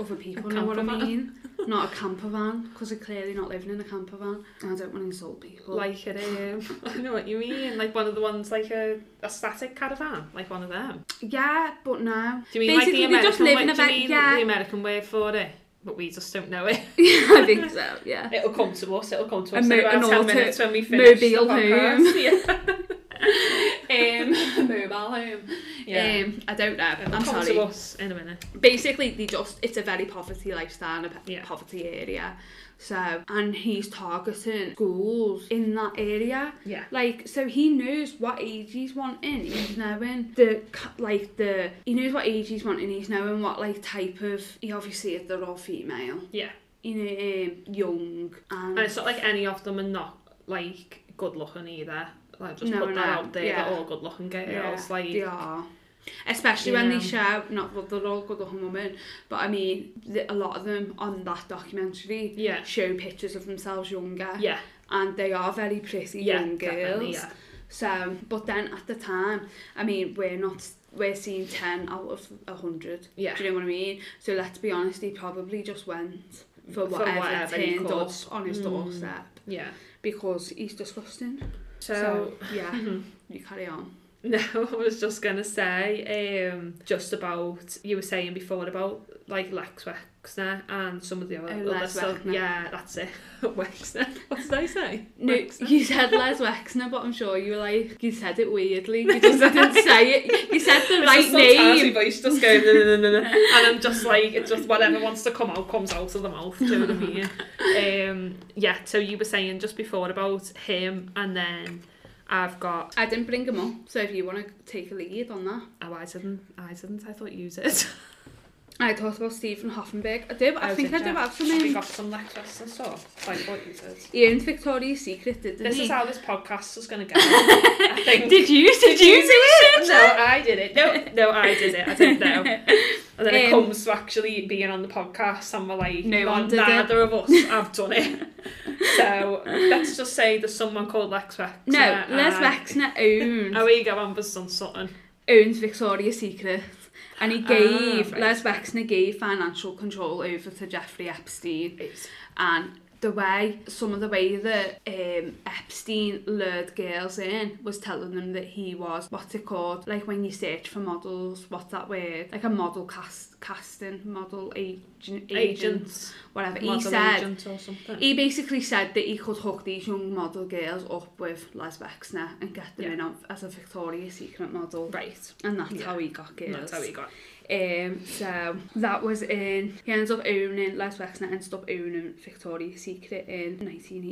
[SPEAKER 1] other people
[SPEAKER 2] A
[SPEAKER 1] know what I
[SPEAKER 2] camper van.
[SPEAKER 1] mean. Not a camper van, because they're clearly not living in a camper van. And I don't want to insult people.
[SPEAKER 2] Like it, um, I know what you mean. Like one of the ones, like a, a static caravan, like one of them.
[SPEAKER 1] yeah, but no.
[SPEAKER 2] Do you
[SPEAKER 1] Basically,
[SPEAKER 2] mean like the
[SPEAKER 1] they
[SPEAKER 2] American
[SPEAKER 1] just live
[SPEAKER 2] way?
[SPEAKER 1] in a
[SPEAKER 2] do you
[SPEAKER 1] bed-
[SPEAKER 2] mean
[SPEAKER 1] yeah.
[SPEAKER 2] the American word for it? But we just don't know it.
[SPEAKER 1] I think so. Yeah.
[SPEAKER 2] It'll come to us. It'll come to
[SPEAKER 1] A
[SPEAKER 2] us
[SPEAKER 1] mo-
[SPEAKER 2] in about
[SPEAKER 1] an
[SPEAKER 2] ten
[SPEAKER 1] auto-
[SPEAKER 2] minutes when we finish the
[SPEAKER 1] mobile
[SPEAKER 2] podcast. Yeah.
[SPEAKER 1] um, mobile home.
[SPEAKER 2] yeah.
[SPEAKER 1] Um, I don't know.
[SPEAKER 2] It'll
[SPEAKER 1] I'm
[SPEAKER 2] come
[SPEAKER 1] sorry.
[SPEAKER 2] to us in a minute.
[SPEAKER 1] basically they just it's a very poverty lifestyle a p-
[SPEAKER 2] Yeah.
[SPEAKER 1] poverty area so and he's targeting schools in that area
[SPEAKER 2] Yeah.
[SPEAKER 1] like so he knows what age he's wanting he's knowing the c- like the he knows what age he's wanting he's knowing what like type of he obviously if they're all female
[SPEAKER 2] Yeah.
[SPEAKER 1] you know um, young and,
[SPEAKER 2] And it's not like any of them are not like good looking either. Like just
[SPEAKER 1] No,
[SPEAKER 2] put that
[SPEAKER 1] no,
[SPEAKER 2] out there.
[SPEAKER 1] yeah.
[SPEAKER 2] They're all good looking girls. like
[SPEAKER 1] they are. Especially when
[SPEAKER 2] Yeah.
[SPEAKER 1] they show, not that they're all good looking women, but I mean, the, a lot of them on that documentary
[SPEAKER 2] yeah,
[SPEAKER 1] show pictures of themselves younger
[SPEAKER 2] yeah,
[SPEAKER 1] and they are very pretty
[SPEAKER 2] yeah,
[SPEAKER 1] young
[SPEAKER 2] definitely,
[SPEAKER 1] girls
[SPEAKER 2] yeah.
[SPEAKER 1] so but then at the time i mean we're not we're seeing 10 out of 100
[SPEAKER 2] Yeah.
[SPEAKER 1] do you know what i mean so let's be honest he probably just went for
[SPEAKER 2] For
[SPEAKER 1] whatever, Hmm.
[SPEAKER 2] whatever he
[SPEAKER 1] turned up
[SPEAKER 2] could.
[SPEAKER 1] on his
[SPEAKER 2] Mm.
[SPEAKER 1] doorstep
[SPEAKER 2] Yeah.
[SPEAKER 1] because he's disgusting
[SPEAKER 2] So,
[SPEAKER 1] so yeah
[SPEAKER 2] mhm.
[SPEAKER 1] You carry on.
[SPEAKER 2] No, I was just gonna say, um, just about you were saying before about like Lex Wexner and some of the other,
[SPEAKER 1] Oh,
[SPEAKER 2] other
[SPEAKER 1] Les
[SPEAKER 2] stuff.
[SPEAKER 1] Wexner.
[SPEAKER 2] Yeah, that's it. Wexner. What did I say?
[SPEAKER 1] No,
[SPEAKER 2] Wexner.
[SPEAKER 1] you said Les Wexner, but I'm sure you were like, you said it weirdly. You just didn't say it. You said the
[SPEAKER 2] It's
[SPEAKER 1] right
[SPEAKER 2] just sometimes
[SPEAKER 1] name.
[SPEAKER 2] my voice just goes, "No, no, no, no," and I'm just like, it's just whatever wants to come out comes out of the mouth. Do you know what I mean? Um, yeah. So you were saying just before about him, and then I've got.
[SPEAKER 1] I didn't bring him up, so if you want to take a lead on that.
[SPEAKER 2] Oh, I didn't. I didn't. I thought you did.
[SPEAKER 1] I thought about Stephen Hoffenberg. I do, but I
[SPEAKER 2] Oh,
[SPEAKER 1] think I
[SPEAKER 2] did
[SPEAKER 1] do
[SPEAKER 2] ya?
[SPEAKER 1] have some
[SPEAKER 2] We
[SPEAKER 1] him.
[SPEAKER 2] got some lectures and stuff. Like what you said.
[SPEAKER 1] He owned Victoria's Secret, didn't
[SPEAKER 2] This
[SPEAKER 1] he?
[SPEAKER 2] is how this podcast is going to go. I think.
[SPEAKER 1] Did you? Did you do it?
[SPEAKER 2] No, I did it. No, no, I did it. I didn't know. And then it
[SPEAKER 1] Um,
[SPEAKER 2] comes to actually being on the podcast, and we're like,
[SPEAKER 1] No
[SPEAKER 2] "Well,
[SPEAKER 1] one did
[SPEAKER 2] neither of us have done it. so let's just say there's someone called Lex Wexner.
[SPEAKER 1] No, Les
[SPEAKER 2] and-
[SPEAKER 1] Wexner owned
[SPEAKER 2] Uh, Oh, we go on for some something.
[SPEAKER 1] owns Victoria's Secret. And he gave,
[SPEAKER 2] Ah, right.
[SPEAKER 1] Les Wexner gave financial control over to Jeffrey Epstein. And the way, some of the way that um, Epstein lured girls in was telling them that he was, what's it called? Like when you search for models, what's that word? Like a model cast casting, model agent, agent
[SPEAKER 2] Agents.
[SPEAKER 1] whatever. he
[SPEAKER 2] Model
[SPEAKER 1] said,
[SPEAKER 2] agent or something.
[SPEAKER 1] he basically said that he could hook these young model girls up with Les Wexner and get them
[SPEAKER 2] Yeah.
[SPEAKER 1] in on, as a Victoria's Secret model.
[SPEAKER 2] right.
[SPEAKER 1] And that's
[SPEAKER 2] Yeah.
[SPEAKER 1] how he got girls.
[SPEAKER 2] That's how he got.
[SPEAKER 1] Um, so that was in. He ends up owning Les Wexner ends up owning Victoria's Secret in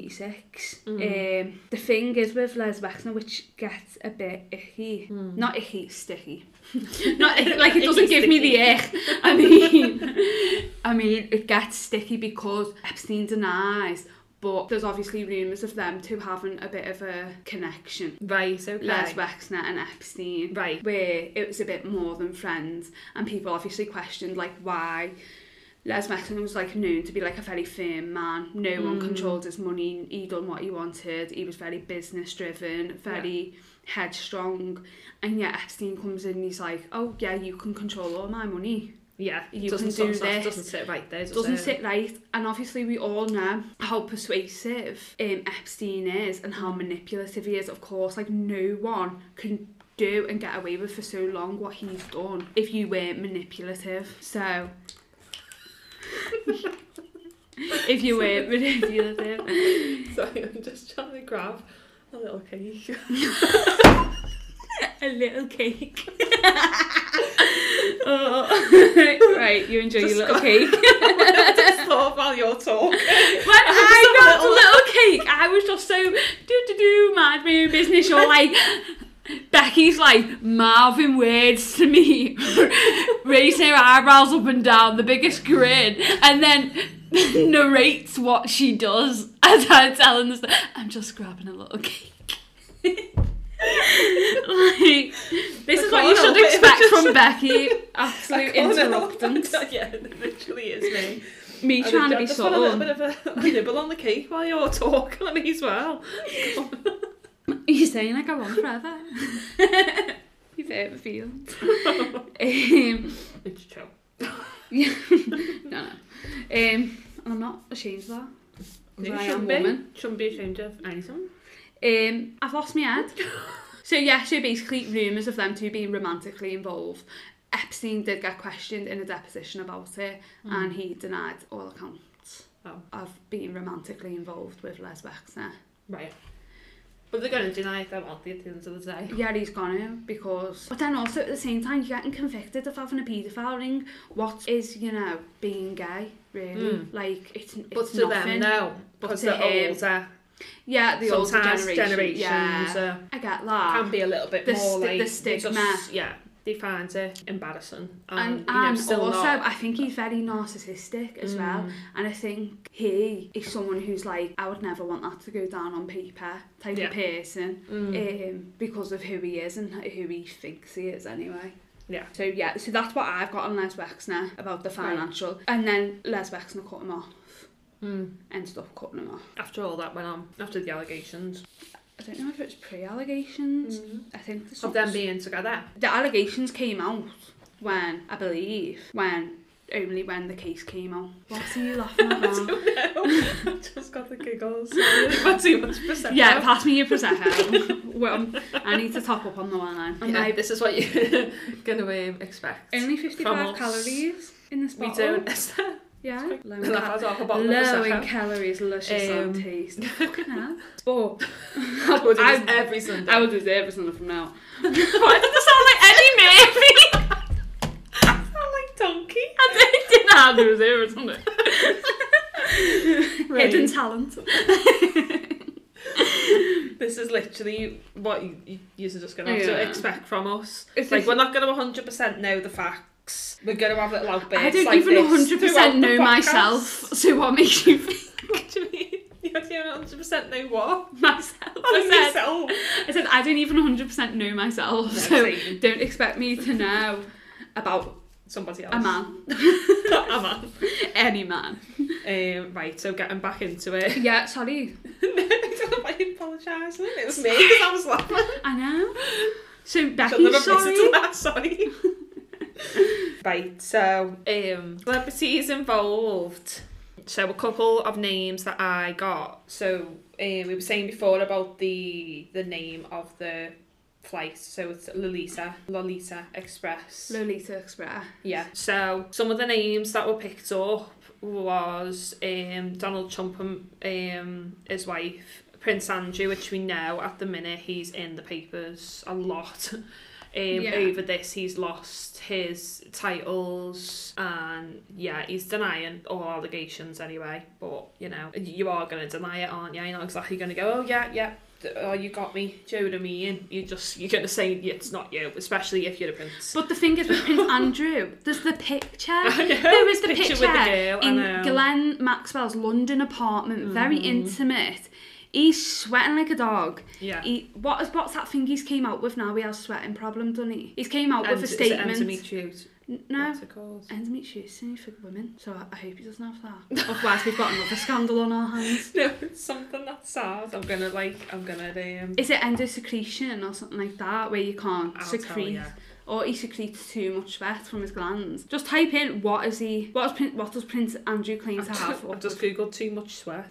[SPEAKER 1] 1986.
[SPEAKER 2] Mm.
[SPEAKER 1] Um, the thing is with Les Wexner, which gets a bit icky.
[SPEAKER 2] Hmm.
[SPEAKER 1] Not icky, sticky. Not icky, like it doesn't
[SPEAKER 2] Icky,
[SPEAKER 1] give me the ick. I mean, I mean it gets sticky because Epstein denies. But there's obviously rumours of them two having a bit of a connection.
[SPEAKER 2] Right. Okay.
[SPEAKER 1] Les Wexner and Epstein
[SPEAKER 2] Right.
[SPEAKER 1] where it was a bit more than friends and people obviously questioned like why Les Mexican was like known to be like a very firm man. No one controlled his money. He done what he wanted. He was very business driven, very headstrong. And yet Epstein comes in and he's like, Oh yeah, you can control all my money.
[SPEAKER 2] Yeah.
[SPEAKER 1] You
[SPEAKER 2] doesn't
[SPEAKER 1] can do
[SPEAKER 2] doesn't-
[SPEAKER 1] this.
[SPEAKER 2] Doesn't sit right there. Does
[SPEAKER 1] Doesn't
[SPEAKER 2] it?
[SPEAKER 1] sit right. And obviously we all know how persuasive um, Epstein is and how manipulative he is, of course. Like no one can do and get away with for so long what he's done if you were manipulative. So if you were manipulative.
[SPEAKER 2] Sorry, I'm just trying to grab a little cake.
[SPEAKER 1] A little cake. oh. right, you enjoy
[SPEAKER 2] Just
[SPEAKER 1] your little
[SPEAKER 2] got-
[SPEAKER 1] cake.
[SPEAKER 2] just thought while you're talking.
[SPEAKER 1] When I
[SPEAKER 2] Just a
[SPEAKER 1] got
[SPEAKER 2] little-
[SPEAKER 1] the little cake, I was just so do do do mind my own business. You're like Becky's like mouthing words to me, raising her eyebrows up and down, the biggest grin, and then narrates what she does as I'm telling this. I'm just grabbing a little cake. like this
[SPEAKER 2] I
[SPEAKER 1] is what you
[SPEAKER 2] can't
[SPEAKER 1] should
[SPEAKER 2] help it, I
[SPEAKER 1] expect
[SPEAKER 2] just-
[SPEAKER 1] from Becky. Absolute interruptance.
[SPEAKER 2] interruptance. yeah, it literally is me.
[SPEAKER 1] Me
[SPEAKER 2] I
[SPEAKER 1] trying
[SPEAKER 2] would-
[SPEAKER 1] to
[SPEAKER 2] I
[SPEAKER 1] be
[SPEAKER 2] just want a little
[SPEAKER 1] subtle.
[SPEAKER 2] bit of a, a uh, nibble on the cake while you're talking. I may as well.
[SPEAKER 1] Are you saying like I want forever? you don't feel. um,
[SPEAKER 2] It's chill.
[SPEAKER 1] yeah. no, no. Um, and I'm not ashamed of that. 'cause I am
[SPEAKER 2] be.
[SPEAKER 1] woman.
[SPEAKER 2] Shouldn't be ashamed of anything.
[SPEAKER 1] Um, I've lost my head. so yeah, so basically rumours of them two being romantically involved. Epstein did get questioned in a deposition about it and he denied all accounts
[SPEAKER 2] Mm. Oh.
[SPEAKER 1] of being romantically involved with Les Wexner.
[SPEAKER 2] Right. But they're going to deny it, aren't they, at the end of the day?
[SPEAKER 1] Yeah, he's gone in because. But then also at the same time, you're getting convicted of having a paedophile ring. What is, you know, being gay, really?
[SPEAKER 2] Mm.
[SPEAKER 1] Like, it's, it's
[SPEAKER 2] But to
[SPEAKER 1] nothing.
[SPEAKER 2] them, no.
[SPEAKER 1] But
[SPEAKER 2] Because
[SPEAKER 1] to
[SPEAKER 2] they're
[SPEAKER 1] him,
[SPEAKER 2] older.
[SPEAKER 1] yeah, the older
[SPEAKER 2] Sometimes
[SPEAKER 1] generation.
[SPEAKER 2] generations
[SPEAKER 1] yeah.
[SPEAKER 2] uh,
[SPEAKER 1] I get
[SPEAKER 2] can
[SPEAKER 1] that.
[SPEAKER 2] be a little bit
[SPEAKER 1] The sti-
[SPEAKER 2] more like
[SPEAKER 1] the
[SPEAKER 2] they
[SPEAKER 1] stigma.
[SPEAKER 2] Just, yeah, they find it embarrassing,
[SPEAKER 1] And, and,
[SPEAKER 2] and, um, you know, still
[SPEAKER 1] also,
[SPEAKER 2] not. Hmm.
[SPEAKER 1] I think he's very narcissistic as well. And I think he is someone who's like, I would never want that to go down on paper type
[SPEAKER 2] Yeah.
[SPEAKER 1] of person.
[SPEAKER 2] Mm.
[SPEAKER 1] um, because of who he is and who he thinks he is anyway.
[SPEAKER 2] Yeah.
[SPEAKER 1] So yeah, so that's what I've got on Les Wexner about the
[SPEAKER 2] Right.
[SPEAKER 1] financial, and then Les Wexner cut him off,
[SPEAKER 2] Mm.
[SPEAKER 1] ended up cutting him off.
[SPEAKER 2] After all that went on, after the allegations
[SPEAKER 1] I don't know if it's
[SPEAKER 2] Mm.
[SPEAKER 1] pre-allegations.
[SPEAKER 2] Mm-hmm.
[SPEAKER 1] I think there's
[SPEAKER 2] of them being together,
[SPEAKER 1] the allegations came out when I believe when only when the case came on. What are you laughing at? now?
[SPEAKER 2] I just got the giggles. Really got too much prosecco.
[SPEAKER 1] yeah, pass me your prosecco. well, I need to top up on the one then.
[SPEAKER 2] Yeah, this is what you're going to um, expect.
[SPEAKER 1] Only 55
[SPEAKER 2] us.
[SPEAKER 1] calories in this
[SPEAKER 2] we
[SPEAKER 1] bottle.
[SPEAKER 2] don't. Is that-
[SPEAKER 1] Yeah. Low in,
[SPEAKER 2] that
[SPEAKER 1] cal-
[SPEAKER 2] has half a bottle of
[SPEAKER 1] low in
[SPEAKER 2] prosecco.
[SPEAKER 1] calories, luscious
[SPEAKER 2] Um,
[SPEAKER 1] on taste. Fucking hell. Oh,
[SPEAKER 2] I would do this
[SPEAKER 1] I-
[SPEAKER 2] every Sunday.
[SPEAKER 1] I will do every Sunday from now.
[SPEAKER 2] Why did that sound like Eddie Murphy? sound like donkey.
[SPEAKER 1] I didn't know how to do every Sunday.
[SPEAKER 2] Right.
[SPEAKER 1] Hidden talent.
[SPEAKER 2] This is literally what you, you, you're just going to have
[SPEAKER 1] Yeah.
[SPEAKER 2] to expect from us.
[SPEAKER 1] It's
[SPEAKER 2] like,
[SPEAKER 1] just-
[SPEAKER 2] we're not going to 100% know the facts. We're going to have little outbursts
[SPEAKER 1] I don't
[SPEAKER 2] like
[SPEAKER 1] even
[SPEAKER 2] this
[SPEAKER 1] 100%
[SPEAKER 2] throughout the
[SPEAKER 1] know
[SPEAKER 2] podcast.
[SPEAKER 1] myself, so what makes you think
[SPEAKER 2] What do you mean? You don't even 100% know what?
[SPEAKER 1] myself?
[SPEAKER 2] Only
[SPEAKER 1] I said,
[SPEAKER 2] yourself.
[SPEAKER 1] I said, I don't even 100% know myself,
[SPEAKER 2] No,
[SPEAKER 1] so
[SPEAKER 2] Satan.
[SPEAKER 1] don't expect me to know about
[SPEAKER 2] Somebody else.
[SPEAKER 1] a man,
[SPEAKER 2] a man.
[SPEAKER 1] any man.
[SPEAKER 2] Um, right, so getting back into it.
[SPEAKER 1] Yeah, sorry.
[SPEAKER 2] I apologise. It was me because I was laughing.
[SPEAKER 1] I know. So
[SPEAKER 2] Shouldn't
[SPEAKER 1] Becky's
[SPEAKER 2] have admitted to
[SPEAKER 1] sorry.
[SPEAKER 2] that, sorry. right, so um, celebrities involved. So a couple of names that I got. So um, we were saying before about the the name of the flight. So it's Lolita, Lolita Express.
[SPEAKER 1] Lolita Express.
[SPEAKER 2] Yeah. So some of the names that were picked up was um, Donald Trump and um, his wife, Prince Andrew, which we know at the minute he's in the papers a lot. Um,
[SPEAKER 1] Yeah.
[SPEAKER 2] Over this, he's lost his titles, and yeah, he's denying all allegations anyway. But you know, you are going to deny it, aren't you? You're not exactly going to go, oh yeah, yeah, d- oh you got me. Do you know what I mean? You just you're going to say it's not you, especially if you're a prince.
[SPEAKER 1] But the thing is with Prince Andrew, there's the picture.
[SPEAKER 2] I know,
[SPEAKER 1] There is the
[SPEAKER 2] picture
[SPEAKER 1] picture,
[SPEAKER 2] with the girl, I know. Mm-hmm.
[SPEAKER 1] in Glenn Maxwell's London apartment, very intimate. He's sweating like a dog.
[SPEAKER 2] yeah.
[SPEAKER 1] He, what is what's that thing he's came out with now? He has sweating problem, doesn't he? He's came out with a
[SPEAKER 2] Ent-
[SPEAKER 1] statement.
[SPEAKER 2] Is it endometriosis?
[SPEAKER 1] N- No,
[SPEAKER 2] What's it called?
[SPEAKER 1] endometriosis for women. So I, I hope he doesn't have that. Otherwise, we've got another scandal on our hands.
[SPEAKER 2] No, it's something that's sad. I'm gonna like, I'm gonna um.
[SPEAKER 1] Is it endosecretion or something like that, where you can't
[SPEAKER 2] I'll tell
[SPEAKER 1] secrete?
[SPEAKER 2] ya.
[SPEAKER 1] Or he secretes too much sweat from his glands. Just type in what is he? What, is, Prin- what does Prince Andrew claim
[SPEAKER 2] I've
[SPEAKER 1] to have?
[SPEAKER 2] just, I've just googled too much sweat.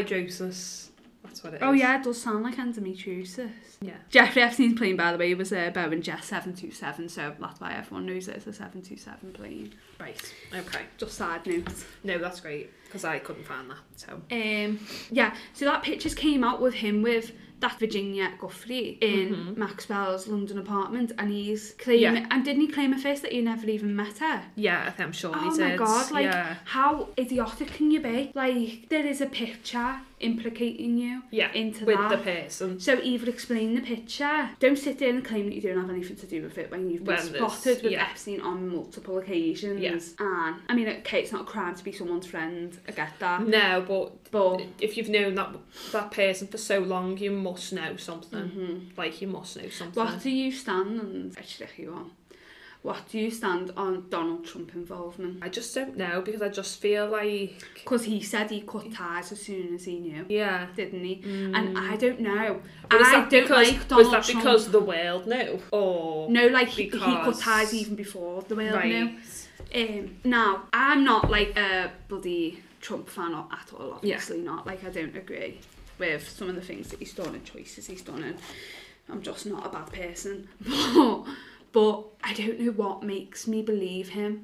[SPEAKER 2] Hyperhidrosis. That's what it is.
[SPEAKER 1] Oh yeah, it does sound like endometriosis.
[SPEAKER 2] Yeah.
[SPEAKER 1] Jeffrey Epstein's plane, by the way, was uh, a Boeing Jet 727, so that's why everyone knows it as a 727 plane.
[SPEAKER 2] Right. Okay.
[SPEAKER 1] Just side note.
[SPEAKER 2] No, that's great because I couldn't find that. So.
[SPEAKER 1] Um, yeah, so that pictures came out with him with that Virginia Guffrey in
[SPEAKER 2] Mhm.
[SPEAKER 1] Maxwell's London apartment, and he's claiming, and didn't he claim at first that he never even met her?
[SPEAKER 2] Yeah, I think I'm sure
[SPEAKER 1] Oh
[SPEAKER 2] he
[SPEAKER 1] my
[SPEAKER 2] did.
[SPEAKER 1] God, like-
[SPEAKER 2] yeah.
[SPEAKER 1] How idiotic can you be? Like, there is a picture implicating you
[SPEAKER 2] Yeah.
[SPEAKER 1] into
[SPEAKER 2] With
[SPEAKER 1] that.
[SPEAKER 2] the person.
[SPEAKER 1] So even explain the picture. Don't sit there and claim that you don't have anything to do with it when you've been
[SPEAKER 2] When there's-
[SPEAKER 1] spotted with
[SPEAKER 2] yeah.
[SPEAKER 1] Epstein on multiple occasions.
[SPEAKER 2] Yeah.
[SPEAKER 1] And I mean, okay, it's not a crime to be someone's friend. I get that.
[SPEAKER 2] No, but
[SPEAKER 1] But
[SPEAKER 2] if you've known that that person for so long, you must know something.
[SPEAKER 1] hmm
[SPEAKER 2] Like you must know something.
[SPEAKER 1] what do you stand on? Actually, you on. What do you stand on Donald Trump involvement?
[SPEAKER 2] I just don't know because I just feel like
[SPEAKER 1] Because he said he cut ties as soon as he knew,
[SPEAKER 2] yeah.
[SPEAKER 1] didn't he? And I don't know.
[SPEAKER 2] Mm. But is
[SPEAKER 1] I
[SPEAKER 2] that
[SPEAKER 1] don't
[SPEAKER 2] because,
[SPEAKER 1] like Donald
[SPEAKER 2] was that
[SPEAKER 1] Trump.
[SPEAKER 2] because the world knew? Or
[SPEAKER 1] no, like he, he cut
[SPEAKER 2] because-
[SPEAKER 1] ties even before the world
[SPEAKER 2] right.
[SPEAKER 1] knew. Um, now, I'm not like a bloody Trump fan or- at all, obviously not. Like, I don't agree with some of the things that he's done and choices he's done, and I'm just not a bad person. But, but I don't know what makes me believe him.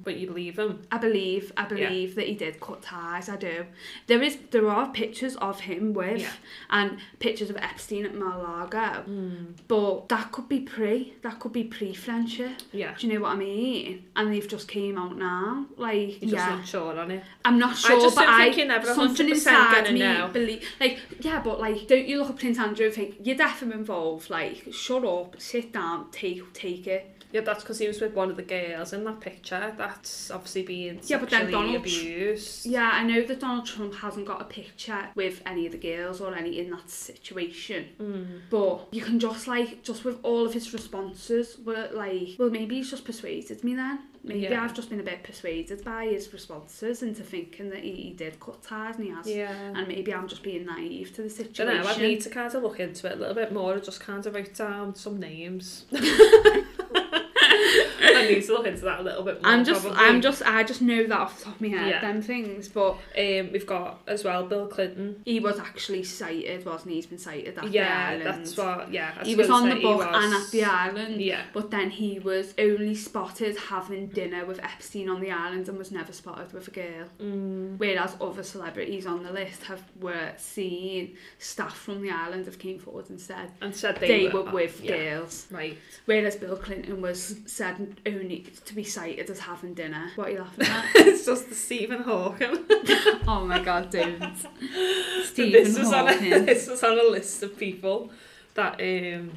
[SPEAKER 2] Mm, but you believe him.
[SPEAKER 1] I believe, I believe that he did cut ties. I do. There is, there are pictures of him with,
[SPEAKER 2] Yeah.
[SPEAKER 1] and pictures of Epstein at Mar-a-Lago.
[SPEAKER 2] Mm.
[SPEAKER 1] But that could be pre, that could be pre-friendship.
[SPEAKER 2] Yeah.
[SPEAKER 1] Do you know what I mean? And they've just came out now. Like,
[SPEAKER 2] You're just
[SPEAKER 1] yeah,
[SPEAKER 2] not sure on it.
[SPEAKER 1] I'm not sure,
[SPEAKER 2] just
[SPEAKER 1] but
[SPEAKER 2] don't
[SPEAKER 1] I
[SPEAKER 2] think you're never
[SPEAKER 1] something
[SPEAKER 2] 100%
[SPEAKER 1] inside
[SPEAKER 2] gonna
[SPEAKER 1] me
[SPEAKER 2] know.
[SPEAKER 1] believe. Like, yeah, but like, don't you look at Prince Andrew and think you're definitely involved? Like, shut up, sit down, take take it.
[SPEAKER 2] Yeah, that's because he was with one of the girls in that picture. That's obviously being
[SPEAKER 1] Yeah, but then
[SPEAKER 2] sexually
[SPEAKER 1] Donald-
[SPEAKER 2] abused.
[SPEAKER 1] Yeah, I know that Donald Trump hasn't got a picture with any of the girls or any in that situation,
[SPEAKER 2] Mm.
[SPEAKER 1] but you can just like just with all of his responses were like, well, maybe he's just persuaded me then. Maybe
[SPEAKER 2] Yeah.
[SPEAKER 1] I've just been a bit persuaded by his responses into thinking that he, he did cut ties and he has.
[SPEAKER 2] Yeah.
[SPEAKER 1] and maybe I'm just being naive to the situation.
[SPEAKER 2] don't know, I'd need to kind of look into it a little bit more. I just kind of wrote down some names. and need to look into that a little bit more.
[SPEAKER 1] I'm just,
[SPEAKER 2] probably.
[SPEAKER 1] I'm just, I just know that off the top of my head,
[SPEAKER 2] Yeah.
[SPEAKER 1] them things. But
[SPEAKER 2] Um, we've got as well Bill Clinton.
[SPEAKER 1] he was actually cited, wasn't he? He's been cited at
[SPEAKER 2] yeah,
[SPEAKER 1] the island.
[SPEAKER 2] that's what. Yeah, I
[SPEAKER 1] he was
[SPEAKER 2] gonna
[SPEAKER 1] on the
[SPEAKER 2] say he
[SPEAKER 1] book
[SPEAKER 2] was-
[SPEAKER 1] and at the island.
[SPEAKER 2] Yeah,
[SPEAKER 1] But then he was only spotted having dinner with Epstein on the island and was never spotted with a girl.
[SPEAKER 2] mm,
[SPEAKER 1] Whereas other celebrities on the list have were seen, staff from the island have came forward and said
[SPEAKER 2] and said
[SPEAKER 1] they,
[SPEAKER 2] they,
[SPEAKER 1] were, with
[SPEAKER 2] yeah.
[SPEAKER 1] girls.
[SPEAKER 2] Right.
[SPEAKER 1] Whereas Bill Clinton was said only to be cited as having dinner. What are you laughing at?
[SPEAKER 2] it's just the Stephen Hawking.
[SPEAKER 1] oh my god, don't.
[SPEAKER 2] this
[SPEAKER 1] Stephen
[SPEAKER 2] was on a,
[SPEAKER 1] Hawking.
[SPEAKER 2] this was on a list of people that um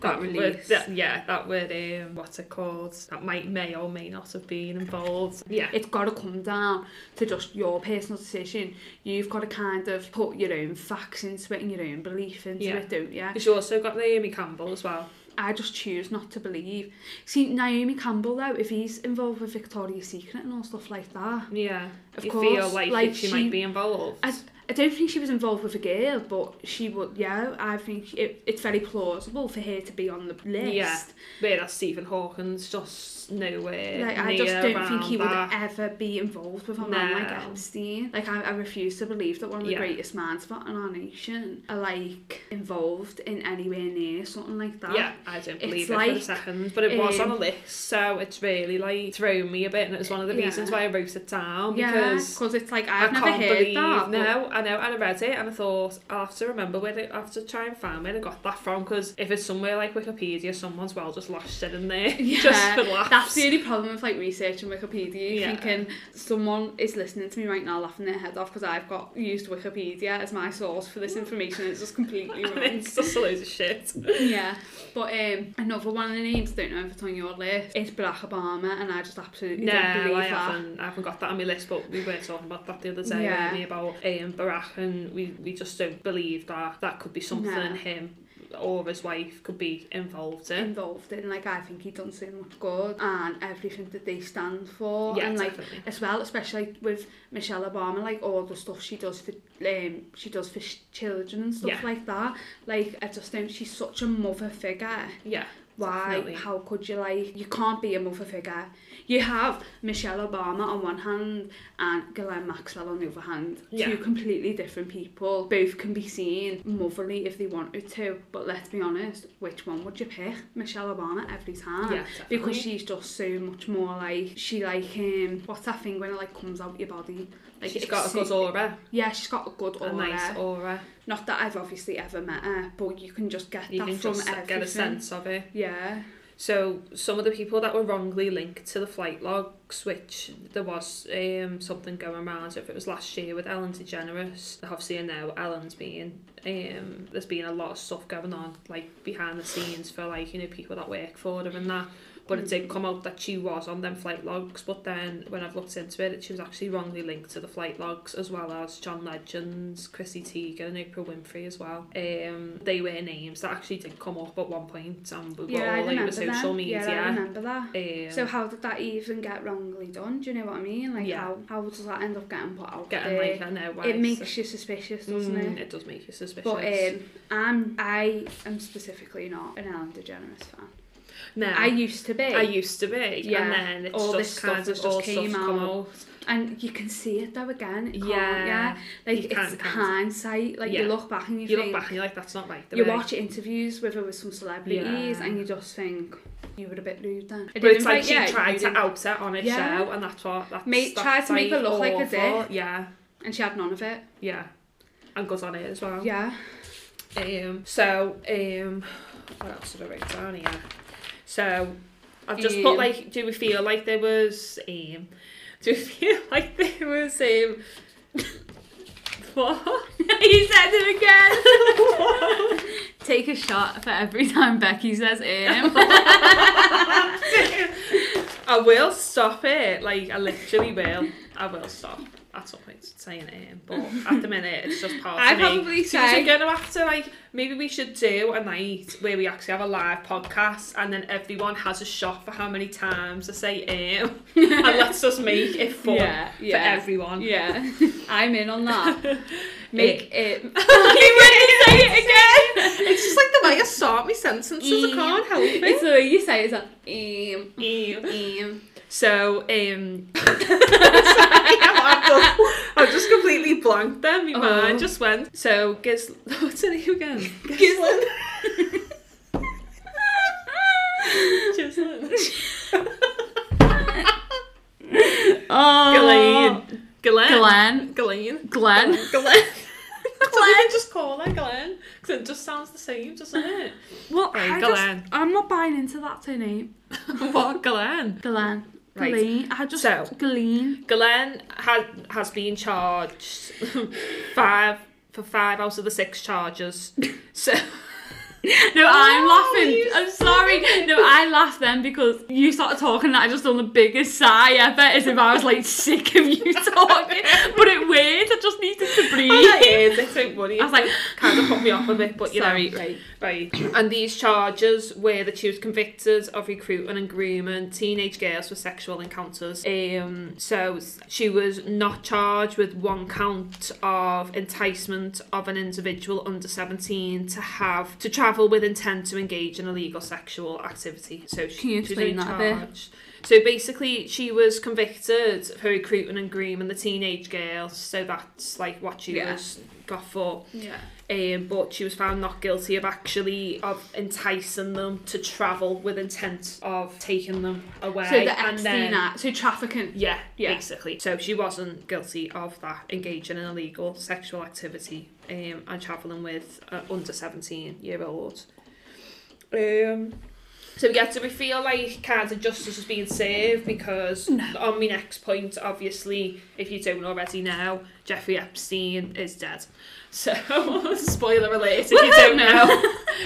[SPEAKER 1] Got
[SPEAKER 2] were-
[SPEAKER 1] released.
[SPEAKER 2] that- yeah, that were um what's it called? That might may or may not have been involved. Yeah.
[SPEAKER 1] It's got to come down to just your personal decision. You've got to kind of put your own facts into it and your own belief into
[SPEAKER 2] Yeah.
[SPEAKER 1] it, don't you?
[SPEAKER 2] Because you also got Naomi Campbell as well.
[SPEAKER 1] I just choose not to believe. See, Naomi Campbell, though, if he's involved with Victoria's Secret and all stuff like that,
[SPEAKER 2] Yeah.
[SPEAKER 1] Of
[SPEAKER 2] you feel
[SPEAKER 1] course,
[SPEAKER 2] like,
[SPEAKER 1] like
[SPEAKER 2] she,
[SPEAKER 1] she-
[SPEAKER 2] might be involved.
[SPEAKER 1] I, I don't think she was involved with a girl, but she would, yeah, I think it, it's very plausible for her to be on the list.
[SPEAKER 2] Yeah. Whereas Stephen Hawking's just nowhere.
[SPEAKER 1] Like, I just
[SPEAKER 2] near
[SPEAKER 1] don't
[SPEAKER 2] around
[SPEAKER 1] think he would
[SPEAKER 2] that.
[SPEAKER 1] ever be involved with a man like
[SPEAKER 2] No.
[SPEAKER 1] Epstein. Like, I, I refuse to believe that one of the
[SPEAKER 2] Yeah.
[SPEAKER 1] greatest minds of our nation are, like, involved in anywhere near something like that.
[SPEAKER 2] Yeah, I don't
[SPEAKER 1] It's
[SPEAKER 2] believe it for a
[SPEAKER 1] like,
[SPEAKER 2] second, but it was on
[SPEAKER 1] um,
[SPEAKER 2] a list, so it's really like thrown me a bit, and it was one of the
[SPEAKER 1] Yeah.
[SPEAKER 2] reasons why I wrote it down because
[SPEAKER 1] because it's like, I've
[SPEAKER 2] I
[SPEAKER 1] never
[SPEAKER 2] can't
[SPEAKER 1] heard
[SPEAKER 2] believe
[SPEAKER 1] that. but-
[SPEAKER 2] no I know and I read it and I thought I'll have to remember where it, I have to try and find where I got that from because if it's somewhere like Wikipedia someone's well just lashed it in there
[SPEAKER 1] Yeah,
[SPEAKER 2] just for laughs
[SPEAKER 1] That's the only problem with like research and Wikipedia.
[SPEAKER 2] Yeah.
[SPEAKER 1] Yeah. Thinking someone is listening to me right now, laughing their head off because I've got used Wikipedia as my source for this information. It's just completely
[SPEAKER 2] and
[SPEAKER 1] wrong.
[SPEAKER 2] it's just a load of shit
[SPEAKER 1] yeah, but um, another one of the names don't know if it's on your list. It's Barack Obama, and I just absolutely
[SPEAKER 2] no
[SPEAKER 1] don't believe
[SPEAKER 2] I
[SPEAKER 1] that.
[SPEAKER 2] haven't I haven't got that on my list but we were talking about that the other day
[SPEAKER 1] Yeah.
[SPEAKER 2] weren't we, about um, Barack and we, we just don't believe that that could be something
[SPEAKER 1] No.
[SPEAKER 2] him or his wife could be involved in
[SPEAKER 1] Involved in like I think he done so much good and everything that they stand for
[SPEAKER 2] yeah
[SPEAKER 1] and like
[SPEAKER 2] definitely
[SPEAKER 1] as well, especially with Michelle Obama, like all the stuff she does for um, she does for sh- children and stuff
[SPEAKER 2] Yeah.
[SPEAKER 1] like that. Like I just think she's such a mother figure.
[SPEAKER 2] yeah
[SPEAKER 1] Why?
[SPEAKER 2] Definitely.
[SPEAKER 1] How could you like? You can't be a mother figure. You have Michelle Obama on one hand and Ghislaine Maxwell on the other hand.
[SPEAKER 2] Yeah.
[SPEAKER 1] Two completely different people. Both can be seen motherly if they wanted to. But let's be honest, which one would you pick? Michelle Obama every time
[SPEAKER 2] yeah
[SPEAKER 1] Ah, because
[SPEAKER 2] definitely.
[SPEAKER 1] she's just so much more like she like um what's that thing when it like comes out your body like
[SPEAKER 2] she's
[SPEAKER 1] it's
[SPEAKER 2] got a good
[SPEAKER 1] su-
[SPEAKER 2] aura
[SPEAKER 1] yeah she's got a good aura
[SPEAKER 2] a nice aura.
[SPEAKER 1] not that I've obviously ever met her but you can just get
[SPEAKER 2] You
[SPEAKER 1] that
[SPEAKER 2] can
[SPEAKER 1] from
[SPEAKER 2] just
[SPEAKER 1] everything
[SPEAKER 2] get a sense of it.
[SPEAKER 1] yeah
[SPEAKER 2] So some of the people that were wrongly linked to the flight logs, which there was um, something going around. So if it was last year with Ellen DeGeneres, obviously now Ellen's being um, there's been a lot of stuff going on like behind the scenes for like you know people that work for her and that. But it did come out that she was on them flight logs. But then when I've looked into it, she was actually wrongly linked to the flight logs as well as John Legend's, Chrissy Teigen, and Oprah Winfrey as well. Um, they were names that actually did come up at one point, and we were
[SPEAKER 1] yeah I
[SPEAKER 2] all over
[SPEAKER 1] remember
[SPEAKER 2] social
[SPEAKER 1] them.
[SPEAKER 2] media.
[SPEAKER 1] yeah I remember that
[SPEAKER 2] um,
[SPEAKER 1] so how did that even get wrongly done do you know what I mean like
[SPEAKER 2] Yeah.
[SPEAKER 1] how, how does that end up getting put out
[SPEAKER 2] getting
[SPEAKER 1] there?
[SPEAKER 2] like I know why
[SPEAKER 1] it
[SPEAKER 2] it's-
[SPEAKER 1] makes you suspicious doesn't
[SPEAKER 2] Mm,
[SPEAKER 1] it
[SPEAKER 2] It does make you suspicious.
[SPEAKER 1] but um, I'm I am specifically not an Ellen DeGeneres fan.
[SPEAKER 2] no,
[SPEAKER 1] I used to be.
[SPEAKER 2] I used to be,
[SPEAKER 1] Yeah,
[SPEAKER 2] and then it's
[SPEAKER 1] all
[SPEAKER 2] just
[SPEAKER 1] this
[SPEAKER 2] kind
[SPEAKER 1] stuff has
[SPEAKER 2] of
[SPEAKER 1] just
[SPEAKER 2] all
[SPEAKER 1] came
[SPEAKER 2] stuff come
[SPEAKER 1] out.
[SPEAKER 2] out.
[SPEAKER 1] And you can see it though again. It
[SPEAKER 2] Yeah,
[SPEAKER 1] Can't, yeah. Like
[SPEAKER 2] you
[SPEAKER 1] it's
[SPEAKER 2] can't, can't.
[SPEAKER 1] hindsight. Like
[SPEAKER 2] Yeah.
[SPEAKER 1] you look back and you,
[SPEAKER 2] You look
[SPEAKER 1] think
[SPEAKER 2] back and you're like, that's not right. the
[SPEAKER 1] you
[SPEAKER 2] way-
[SPEAKER 1] watch interviews with her with some celebrities
[SPEAKER 2] Yeah.
[SPEAKER 1] and you just think you were a bit rude then.
[SPEAKER 2] But it's like she
[SPEAKER 1] yeah,
[SPEAKER 2] tried
[SPEAKER 1] you
[SPEAKER 2] to
[SPEAKER 1] didn't-
[SPEAKER 2] out it on a
[SPEAKER 1] Yeah.
[SPEAKER 2] show, and that's what that's,
[SPEAKER 1] Make-
[SPEAKER 2] that's
[SPEAKER 1] tried to make her look like a
[SPEAKER 2] awful. Yeah,
[SPEAKER 1] and she had none of it.
[SPEAKER 2] yeah, and goes on it as well.
[SPEAKER 1] Yeah.
[SPEAKER 2] Um. So um, what else did I write down here? So I've just
[SPEAKER 1] Um,
[SPEAKER 2] put like, do we feel like there was um, do we feel like there was um, what?
[SPEAKER 1] he said it again. Take a shot for every time Becky says him.
[SPEAKER 2] I will stop it. Like I literally will. I will stop. At some point saying it, but at the minute it's just part
[SPEAKER 1] I
[SPEAKER 2] of me.
[SPEAKER 1] probably
[SPEAKER 2] So we're
[SPEAKER 1] say-
[SPEAKER 2] gonna have to like maybe we should do a night where we actually have a live podcast and then everyone has a shot for how many times I say "em" and let's just make it fun
[SPEAKER 1] yeah.
[SPEAKER 2] for everyone.
[SPEAKER 1] Yeah. I'm in on that. make it.
[SPEAKER 2] It's just like the way I start my sentences. I can't help
[SPEAKER 1] It's
[SPEAKER 2] it.
[SPEAKER 1] the way you say it, it's like, um,
[SPEAKER 2] Ew.
[SPEAKER 1] um.
[SPEAKER 2] So, um, I just completely blanked there. My
[SPEAKER 1] Oh.
[SPEAKER 2] mind just went. So, Giz, what's her name again?
[SPEAKER 1] Gislin.
[SPEAKER 2] Gislin.
[SPEAKER 1] Oh.
[SPEAKER 2] Ghislaine. Ghislaine.
[SPEAKER 1] Glenn.
[SPEAKER 2] Ghislaine.
[SPEAKER 1] Glenn.
[SPEAKER 2] Glenn. Glenn. just call her Glenn. Because it just sounds the same, doesn't it?
[SPEAKER 1] Well,
[SPEAKER 2] Right,
[SPEAKER 1] I
[SPEAKER 2] Ghislaine.
[SPEAKER 1] Just, I'm not buying into that her name.
[SPEAKER 2] what Glenn?
[SPEAKER 1] Glenn.
[SPEAKER 2] Right.
[SPEAKER 1] Ghislaine. I just
[SPEAKER 2] So-
[SPEAKER 1] Ghislaine.
[SPEAKER 2] Glenn has has been charged five for five out of the six charges. So
[SPEAKER 1] No, I'm
[SPEAKER 2] Oh,
[SPEAKER 1] laughing.
[SPEAKER 2] you
[SPEAKER 1] I'm sorry. No, I laughed then because you started talking and I just done the biggest sigh ever as if I was like sick of you talking. but it worked. I just needed to
[SPEAKER 2] Oh, that
[SPEAKER 1] breathe.
[SPEAKER 2] is. it, Don't worry.
[SPEAKER 1] I was like,
[SPEAKER 2] kind of put me off a bit, but you
[SPEAKER 1] sorry,
[SPEAKER 2] know,
[SPEAKER 1] right.
[SPEAKER 2] right. And these charges were that she was convicted of recruiting and grooming teenage girls for sexual encounters. Um, so she was not charged with one count of enticement of an individual under seventeen to have to travel with intent to engage in illegal sexual activity. So she,
[SPEAKER 1] Can you
[SPEAKER 2] she was
[SPEAKER 1] explain
[SPEAKER 2] only
[SPEAKER 1] that a bit?
[SPEAKER 2] charged. So basically, she was convicted for recruiting and grooming the teenage girls. So that's like what she
[SPEAKER 1] Yeah.
[SPEAKER 2] was got for
[SPEAKER 1] Yeah.
[SPEAKER 2] um, but she was found not guilty of actually of enticing them to travel with intent of taking them away.
[SPEAKER 1] So the
[SPEAKER 2] and
[SPEAKER 1] Epstein
[SPEAKER 2] then,
[SPEAKER 1] Act. So trafficking.
[SPEAKER 2] yeah,
[SPEAKER 1] Yeah.
[SPEAKER 2] basically. So she wasn't guilty of that engaging in illegal sexual activity um, and travelling with uh, under seventeen year olds. Um. So yeah, so we feel like kind of justice is being served because on my next point, obviously, if you don't already know, Jeffrey Epstein is dead. So spoiler alert, if you don't know,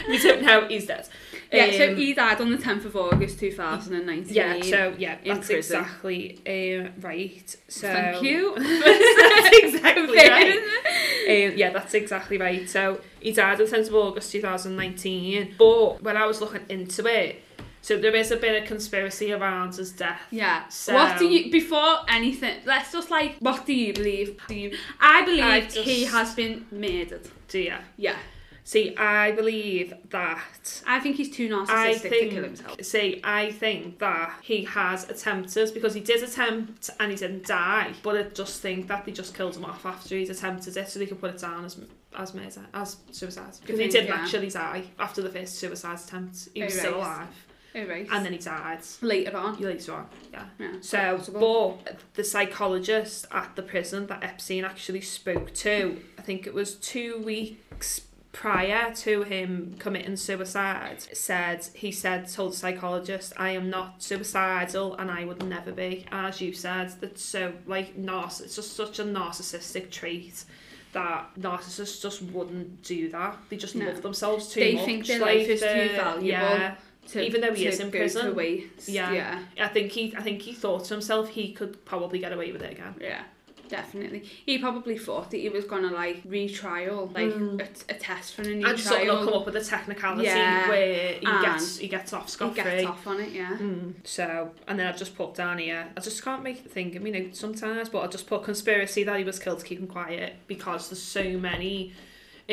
[SPEAKER 2] if you don't know, he's dead.
[SPEAKER 1] Yeah, so
[SPEAKER 2] Um,
[SPEAKER 1] he died on the 10th of August 2019.
[SPEAKER 2] yeah, so yeah,
[SPEAKER 1] in
[SPEAKER 2] that's
[SPEAKER 1] prison.
[SPEAKER 2] exactly um, right. So
[SPEAKER 1] Thank you.
[SPEAKER 2] that's exactly right.
[SPEAKER 1] Right.
[SPEAKER 2] Um, yeah, that's exactly right. So he died on the 10th of August 2019. But when I was looking into it, so there is a bit of conspiracy around his death.
[SPEAKER 1] Yeah.
[SPEAKER 2] So-
[SPEAKER 1] what do you before anything? Let's just like what do you believe? Do you? I believe
[SPEAKER 2] I
[SPEAKER 1] he
[SPEAKER 2] just-
[SPEAKER 1] has been murdered.
[SPEAKER 2] Do you?
[SPEAKER 1] Yeah.
[SPEAKER 2] See, I believe that
[SPEAKER 1] I think he's too
[SPEAKER 2] I
[SPEAKER 1] narcissistic
[SPEAKER 2] think,
[SPEAKER 1] to kill himself.
[SPEAKER 2] See, I think that he has attempted because he did attempt and he didn't die. But I just think that they just killed him off after he's attempted it, so they could put it down as as murder, as suicide because he
[SPEAKER 1] think,
[SPEAKER 2] didn't
[SPEAKER 1] yeah.
[SPEAKER 2] actually die after the first suicide attempt. He was
[SPEAKER 1] Oh,
[SPEAKER 2] still
[SPEAKER 1] right.
[SPEAKER 2] alive,
[SPEAKER 1] Oh, right.
[SPEAKER 2] and then he died
[SPEAKER 1] later on.
[SPEAKER 2] later on. Yeah.
[SPEAKER 1] Yeah.
[SPEAKER 2] So,
[SPEAKER 1] Possible.
[SPEAKER 2] but the psychologist at the prison that Epstein actually spoke to, I think it was two weeks prior to him committing suicide, said he said told the psychologist, "I am not suicidal, and I would never be." As you said, that's so like narciss. It's just such a narcissistic trait. That narcissists just wouldn't do that. They just
[SPEAKER 1] No.
[SPEAKER 2] love themselves too
[SPEAKER 1] They
[SPEAKER 2] much.
[SPEAKER 1] think their
[SPEAKER 2] like
[SPEAKER 1] life is too
[SPEAKER 2] they're-
[SPEAKER 1] valuable.
[SPEAKER 2] Yeah,
[SPEAKER 1] to,
[SPEAKER 2] even though he
[SPEAKER 1] to
[SPEAKER 2] is in
[SPEAKER 1] go To
[SPEAKER 2] prison.
[SPEAKER 1] waste.
[SPEAKER 2] Yeah.
[SPEAKER 1] Yeah.
[SPEAKER 2] I think he, I think he thought to himself he could probably get away with it again.
[SPEAKER 1] Yeah. Definitely. He probably thought that he was gonna like retrial, like
[SPEAKER 2] Mm.
[SPEAKER 1] a, a test for a new
[SPEAKER 2] and sort of not come
[SPEAKER 1] trial.
[SPEAKER 2] up with a technicality
[SPEAKER 1] Yeah.
[SPEAKER 2] where he
[SPEAKER 1] And
[SPEAKER 2] gets he gets off
[SPEAKER 1] He
[SPEAKER 2] scot
[SPEAKER 1] gets
[SPEAKER 2] free.
[SPEAKER 1] off on it. Yeah.
[SPEAKER 2] Mm. So, and then I've just put down here. I just can't make the thing. I mean, you know, sometimes, but I just put conspiracy that he was killed to keep him quiet because there's so many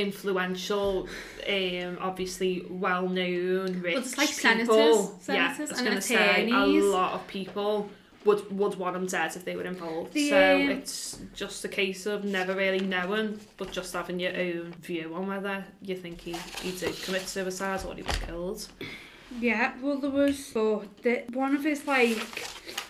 [SPEAKER 2] influential, um, obviously well-known, rich
[SPEAKER 1] Well, it's like senators-
[SPEAKER 2] people. yeah,
[SPEAKER 1] senators
[SPEAKER 2] I was
[SPEAKER 1] and
[SPEAKER 2] gonna say a
[SPEAKER 1] attorneys.
[SPEAKER 2] lot of people would would want him dead if they were involved.
[SPEAKER 1] The,
[SPEAKER 2] so
[SPEAKER 1] um,
[SPEAKER 2] it's just a case of never really knowing, but just having your own view on whether you think he, he did commit suicide or he was killed.
[SPEAKER 1] Yeah, well, there was but the, one of his like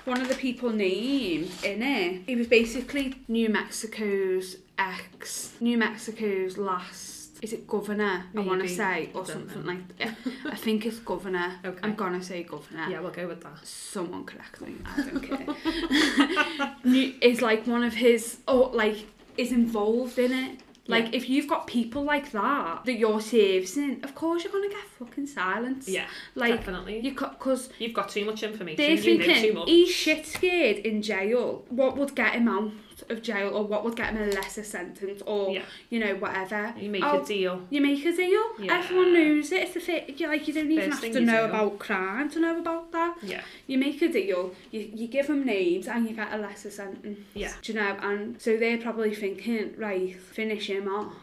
[SPEAKER 1] one of the people named in it. He was basically New Mexico's ex, New Mexico's last. Is it governor? I want to
[SPEAKER 2] Maybe.
[SPEAKER 1] say
[SPEAKER 2] I
[SPEAKER 1] or
[SPEAKER 2] don't
[SPEAKER 1] something
[SPEAKER 2] know.
[SPEAKER 1] like. that. I think it's governor.
[SPEAKER 2] Okay.
[SPEAKER 1] I'm gonna say governor.
[SPEAKER 2] Yeah, we'll go with that.
[SPEAKER 1] Someone correct me. I don't care. New, is like one of his or like is involved in it. Like
[SPEAKER 2] Yeah.
[SPEAKER 1] if you've got people like that that you're servicing, of course you're gonna get fucking silence.
[SPEAKER 2] Yeah,
[SPEAKER 1] Like
[SPEAKER 2] definitely.
[SPEAKER 1] you because
[SPEAKER 2] You've got too much information.
[SPEAKER 1] they're
[SPEAKER 2] You know too
[SPEAKER 1] thinking
[SPEAKER 2] much.
[SPEAKER 1] he's shit scared in jail. What would get him out? out of jail or what would get him a lesser sentence or
[SPEAKER 2] Yeah.
[SPEAKER 1] you know whatever.
[SPEAKER 2] You make
[SPEAKER 1] I'll-
[SPEAKER 2] a deal.
[SPEAKER 1] You make a deal.
[SPEAKER 2] Yeah.
[SPEAKER 1] Everyone knows it. It's a fit. you- Like you don't even
[SPEAKER 2] First
[SPEAKER 1] have
[SPEAKER 2] thing
[SPEAKER 1] to
[SPEAKER 2] you
[SPEAKER 1] know
[SPEAKER 2] do.
[SPEAKER 1] about crime to know about that.
[SPEAKER 2] Yeah.
[SPEAKER 1] You make a deal. You you give them names and you get a lesser sentence.
[SPEAKER 2] Yeah.
[SPEAKER 1] Do you know? And so they're probably thinking, right, finish him off.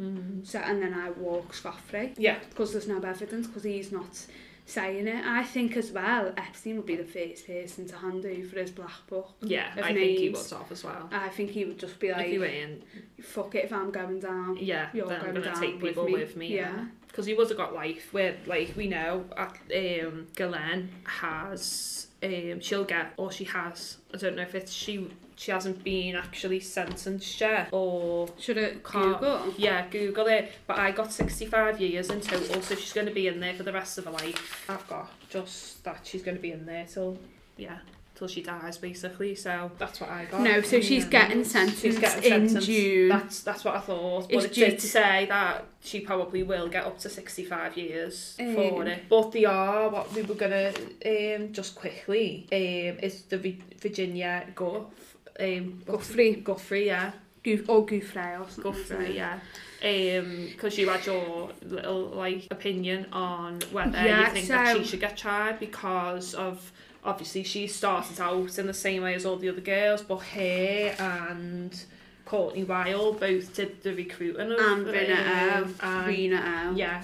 [SPEAKER 2] Mm.
[SPEAKER 1] So and then I walk scot free.
[SPEAKER 2] Yeah.
[SPEAKER 1] because there's no evidence because he's not saying it. I think as well Epstein would be the first person to hand over his black book.
[SPEAKER 2] Yeah.
[SPEAKER 1] Of
[SPEAKER 2] I think he
[SPEAKER 1] names.
[SPEAKER 2] was off as well.
[SPEAKER 1] I think he would just be
[SPEAKER 2] if he
[SPEAKER 1] like,
[SPEAKER 2] went in,
[SPEAKER 1] fuck it if I'm going down.
[SPEAKER 2] yeah,
[SPEAKER 1] You're
[SPEAKER 2] then I'm
[SPEAKER 1] going
[SPEAKER 2] going to
[SPEAKER 1] down
[SPEAKER 2] take
[SPEAKER 1] with
[SPEAKER 2] people
[SPEAKER 1] me.
[SPEAKER 2] with me.
[SPEAKER 1] Yeah.
[SPEAKER 2] Because he was have got life where, like, we know at, um, Galen has, um, she'll get, or she has, I don't know if it's she, she hasn't been actually sentenced yet, or
[SPEAKER 1] Should it
[SPEAKER 2] Can't-
[SPEAKER 1] Google?
[SPEAKER 2] Yeah, Google it. But I got 65 years in total, so she's going to be in there for the rest of her life. I've got just that she's going to be in there till, yeah, till she dies, basically. So that's what I got.
[SPEAKER 1] No, so she's
[SPEAKER 2] Yeah.
[SPEAKER 1] getting
[SPEAKER 2] She's
[SPEAKER 1] sentenced
[SPEAKER 2] getting
[SPEAKER 1] in
[SPEAKER 2] sentenced.
[SPEAKER 1] June.
[SPEAKER 2] That's that's what I thought.
[SPEAKER 1] It's
[SPEAKER 2] But it's safe
[SPEAKER 1] due-
[SPEAKER 2] to say that she probably will get up to 65 years
[SPEAKER 1] Um,
[SPEAKER 2] for it. But they are what we were gonna um just quickly um is the Vi- Virginia Guff um
[SPEAKER 1] Guffrey.
[SPEAKER 2] Guffrey yeah
[SPEAKER 1] Goof or Goofrey or something.
[SPEAKER 2] go for it, yeah. Because you had your little like opinion on whether
[SPEAKER 1] Yeah,
[SPEAKER 2] you think that
[SPEAKER 1] so-
[SPEAKER 2] she should get tried because of obviously she started out in the same way as all the other girls, but her and Courtney Wild both did the recruiting of
[SPEAKER 1] And Brina
[SPEAKER 2] um,
[SPEAKER 1] out.
[SPEAKER 2] and-
[SPEAKER 1] Rena out.
[SPEAKER 2] yeah.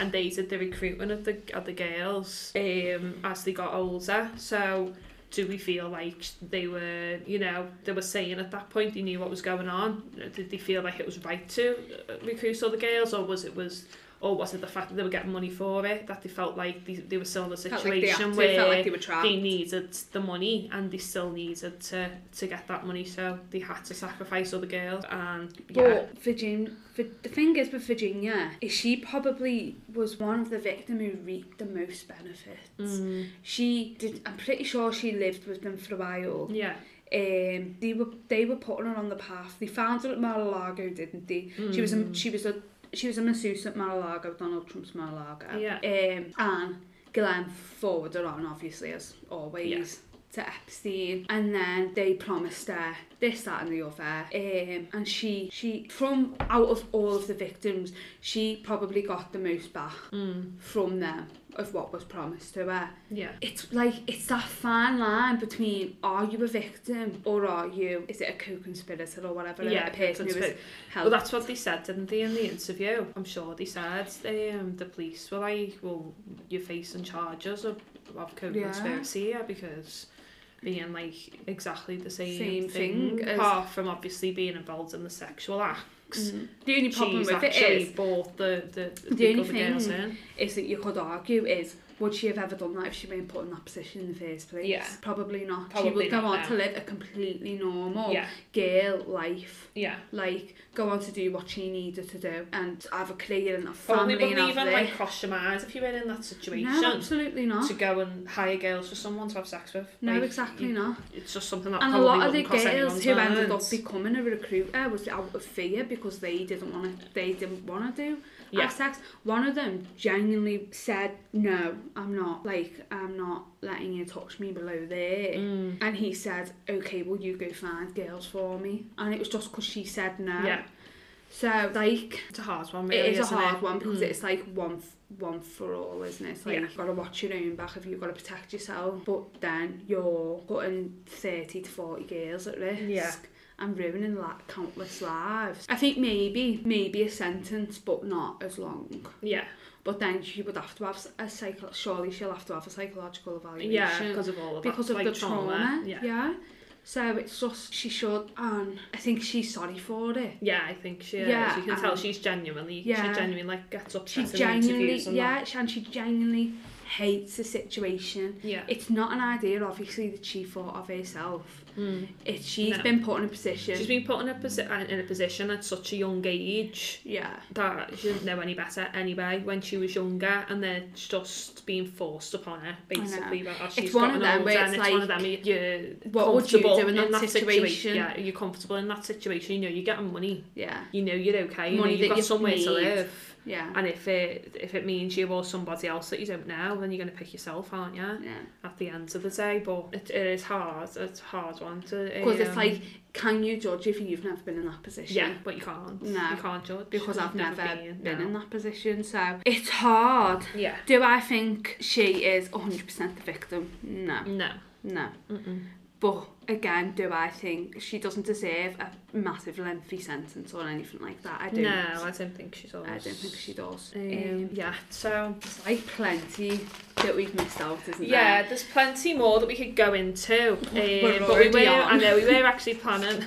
[SPEAKER 2] And they did the recruitment of the of the girls um, as they got older. So do we feel like they were, you know, they were saying at that point they knew what was going on? Did they feel like it was right to uh, recruit other girls, or was it was, or was it the fact that they were getting money for it that they felt like they, they were still in a
[SPEAKER 1] Felt like they had
[SPEAKER 2] situation
[SPEAKER 1] to,
[SPEAKER 2] where
[SPEAKER 1] felt like they were trapped.
[SPEAKER 2] they needed the money and they still needed to to get that money, so they had to sacrifice other girls and yeah,
[SPEAKER 1] But Virginia, the thing is with Virginia, is she probably was one of the victim who reaped the most benefits.
[SPEAKER 2] Mm,
[SPEAKER 1] She did. I'm pretty sure she lived with them for a while.
[SPEAKER 2] yeah,
[SPEAKER 1] Um, they were they were putting her on the path. They found her at Mar-a-Lago, didn't they? She was a, she was a she was a masseuse at Mar-a-Lago, Donald Trump's Mar-a-Lago.
[SPEAKER 2] Yeah.
[SPEAKER 1] Um, and Glenn forwarded her on, obviously as always. To Epstein, and then they promised her this, that, and the other. Um, and she, she, from out of all of the victims, she probably got the most back
[SPEAKER 2] mm,
[SPEAKER 1] from them of what was promised to her.
[SPEAKER 2] yeah.
[SPEAKER 1] It's like it's that fine line between are you a victim or are you is it a co-conspirator or whatever
[SPEAKER 2] Yeah,
[SPEAKER 1] a person who is
[SPEAKER 2] co-conspirator. Well,
[SPEAKER 1] helped.
[SPEAKER 2] that's what they said, didn't they, in the interview? I'm sure they said um, the police were like, well, you're facing charges of, of co-conspiracy yeah. because being like exactly the same,
[SPEAKER 1] Same thing as-
[SPEAKER 2] apart from obviously being involved in the sexual acts.
[SPEAKER 1] Mm. The only problem
[SPEAKER 2] She's
[SPEAKER 1] with it
[SPEAKER 2] actually
[SPEAKER 1] is
[SPEAKER 2] bought the, the, the,
[SPEAKER 1] The only
[SPEAKER 2] other girls
[SPEAKER 1] thing-
[SPEAKER 2] in.
[SPEAKER 1] is that you could argue is would she have ever done that if she'd been put in that position in the first place?
[SPEAKER 2] Yeah.
[SPEAKER 1] Probably not. she
[SPEAKER 2] Probably
[SPEAKER 1] would go
[SPEAKER 2] not,
[SPEAKER 1] on
[SPEAKER 2] no.
[SPEAKER 1] to live a completely normal
[SPEAKER 2] Yeah,
[SPEAKER 1] girl life.
[SPEAKER 2] yeah.
[SPEAKER 1] Like go on to do what she needed to do and have a career and a
[SPEAKER 2] Only
[SPEAKER 1] family
[SPEAKER 2] wouldn't
[SPEAKER 1] and
[SPEAKER 2] even
[SPEAKER 1] everything.
[SPEAKER 2] like cross your mind if you were in that situation.
[SPEAKER 1] no, absolutely not.
[SPEAKER 2] to go and hire girls for someone to have sex with.
[SPEAKER 1] No,
[SPEAKER 2] Like,
[SPEAKER 1] exactly
[SPEAKER 2] you-
[SPEAKER 1] not.
[SPEAKER 2] It's just something that
[SPEAKER 1] and a
[SPEAKER 2] probably
[SPEAKER 1] lot of the
[SPEAKER 2] wouldn't cross
[SPEAKER 1] girls
[SPEAKER 2] anyone's
[SPEAKER 1] who ended
[SPEAKER 2] minds.
[SPEAKER 1] up becoming a recruiter was out of fear because they didn't want to. They didn't want to do
[SPEAKER 2] Yeah.
[SPEAKER 1] have sex. One of them genuinely said, "No, I'm not. Like, I'm not letting you touch me below there."
[SPEAKER 2] Mm.
[SPEAKER 1] And he said, "Okay, well, you go find girls for me." And it was just because she said no.
[SPEAKER 2] Yeah.
[SPEAKER 1] So like,
[SPEAKER 2] It's a hard one, really.
[SPEAKER 1] it is a
[SPEAKER 2] isn't
[SPEAKER 1] hard
[SPEAKER 2] it?
[SPEAKER 1] one because
[SPEAKER 2] Mm.
[SPEAKER 1] it's like one f- one for all, isn't it? It's like
[SPEAKER 2] Yeah.
[SPEAKER 1] you've got to watch your own back if you've got to protect yourself, but then you're putting 30 to 40 girls at risk.
[SPEAKER 2] Yeah.
[SPEAKER 1] And ruining like countless lives. I think maybe, maybe a sentence, but not as long.
[SPEAKER 2] Yeah,
[SPEAKER 1] But then she would have to have s- a psycho. Surely she'll have to have a psychological evaluation
[SPEAKER 2] yeah, because of all of that.
[SPEAKER 1] because of
[SPEAKER 2] like,
[SPEAKER 1] the trauma.
[SPEAKER 2] Yeah. yeah.
[SPEAKER 1] yeah. So it's just she should, and I think she's sorry for it.
[SPEAKER 2] I think she is.
[SPEAKER 1] Yeah,
[SPEAKER 2] you can tell
[SPEAKER 1] and-
[SPEAKER 2] she's genuinely,
[SPEAKER 1] Yeah.
[SPEAKER 2] she genuinely like gets
[SPEAKER 1] She
[SPEAKER 2] upset in
[SPEAKER 1] genuinely,
[SPEAKER 2] interviews and
[SPEAKER 1] yeah,
[SPEAKER 2] that.
[SPEAKER 1] she- and she genuinely hates the situation.
[SPEAKER 2] Yeah.
[SPEAKER 1] It's not an idea, obviously, that she thought of herself.
[SPEAKER 2] Mm.
[SPEAKER 1] It's she's
[SPEAKER 2] No.
[SPEAKER 1] been put in a position.
[SPEAKER 2] She's been put in a, posi- uh, in a position at such a young age
[SPEAKER 1] yeah,
[SPEAKER 2] that she didn't know any better anyway when she was younger and then it's just being forced upon her basically but as she's
[SPEAKER 1] one of
[SPEAKER 2] gotten
[SPEAKER 1] them
[SPEAKER 2] older
[SPEAKER 1] where
[SPEAKER 2] and
[SPEAKER 1] it's
[SPEAKER 2] it's one of
[SPEAKER 1] like,
[SPEAKER 2] them you- you're
[SPEAKER 1] what would you do
[SPEAKER 2] comfortable
[SPEAKER 1] in that situation?
[SPEAKER 2] yeah you're comfortable in that situation you know you're getting money
[SPEAKER 1] yeah.
[SPEAKER 2] you know you're okay you
[SPEAKER 1] Money
[SPEAKER 2] know,
[SPEAKER 1] that
[SPEAKER 2] you've got
[SPEAKER 1] you
[SPEAKER 2] somewhere
[SPEAKER 1] need.
[SPEAKER 2] to live
[SPEAKER 1] Yeah.
[SPEAKER 2] And if it if it means you or somebody else that you don't know, then you're going to pick yourself, aren't you?
[SPEAKER 1] yeah.
[SPEAKER 2] At the end of the day, but it, it is hard. It's a hard one to.
[SPEAKER 1] Because it's
[SPEAKER 2] um,
[SPEAKER 1] like, can you judge if you've never been in that position?
[SPEAKER 2] Yeah, but you can't.
[SPEAKER 1] No.
[SPEAKER 2] you can't judge
[SPEAKER 1] Because I've
[SPEAKER 2] You've
[SPEAKER 1] never, been,
[SPEAKER 2] no.
[SPEAKER 1] in that position, so it's hard.
[SPEAKER 2] Yeah.
[SPEAKER 1] Do I think she is 100% the victim? No,
[SPEAKER 2] No.
[SPEAKER 1] no.
[SPEAKER 2] Mm-mm.
[SPEAKER 1] But again, do I think she doesn't deserve a massive lengthy sentence or anything like that? I don't.
[SPEAKER 2] No, I don't think she's.
[SPEAKER 1] I don't think she does.
[SPEAKER 2] Um,
[SPEAKER 1] Um,
[SPEAKER 2] yeah, so
[SPEAKER 1] it's like plenty that we've missed out, isn't
[SPEAKER 2] yeah,
[SPEAKER 1] there?
[SPEAKER 2] there's plenty more that we could go into, um,
[SPEAKER 1] We're
[SPEAKER 2] but we
[SPEAKER 1] already
[SPEAKER 2] were,
[SPEAKER 1] on.
[SPEAKER 2] I know we were actually planning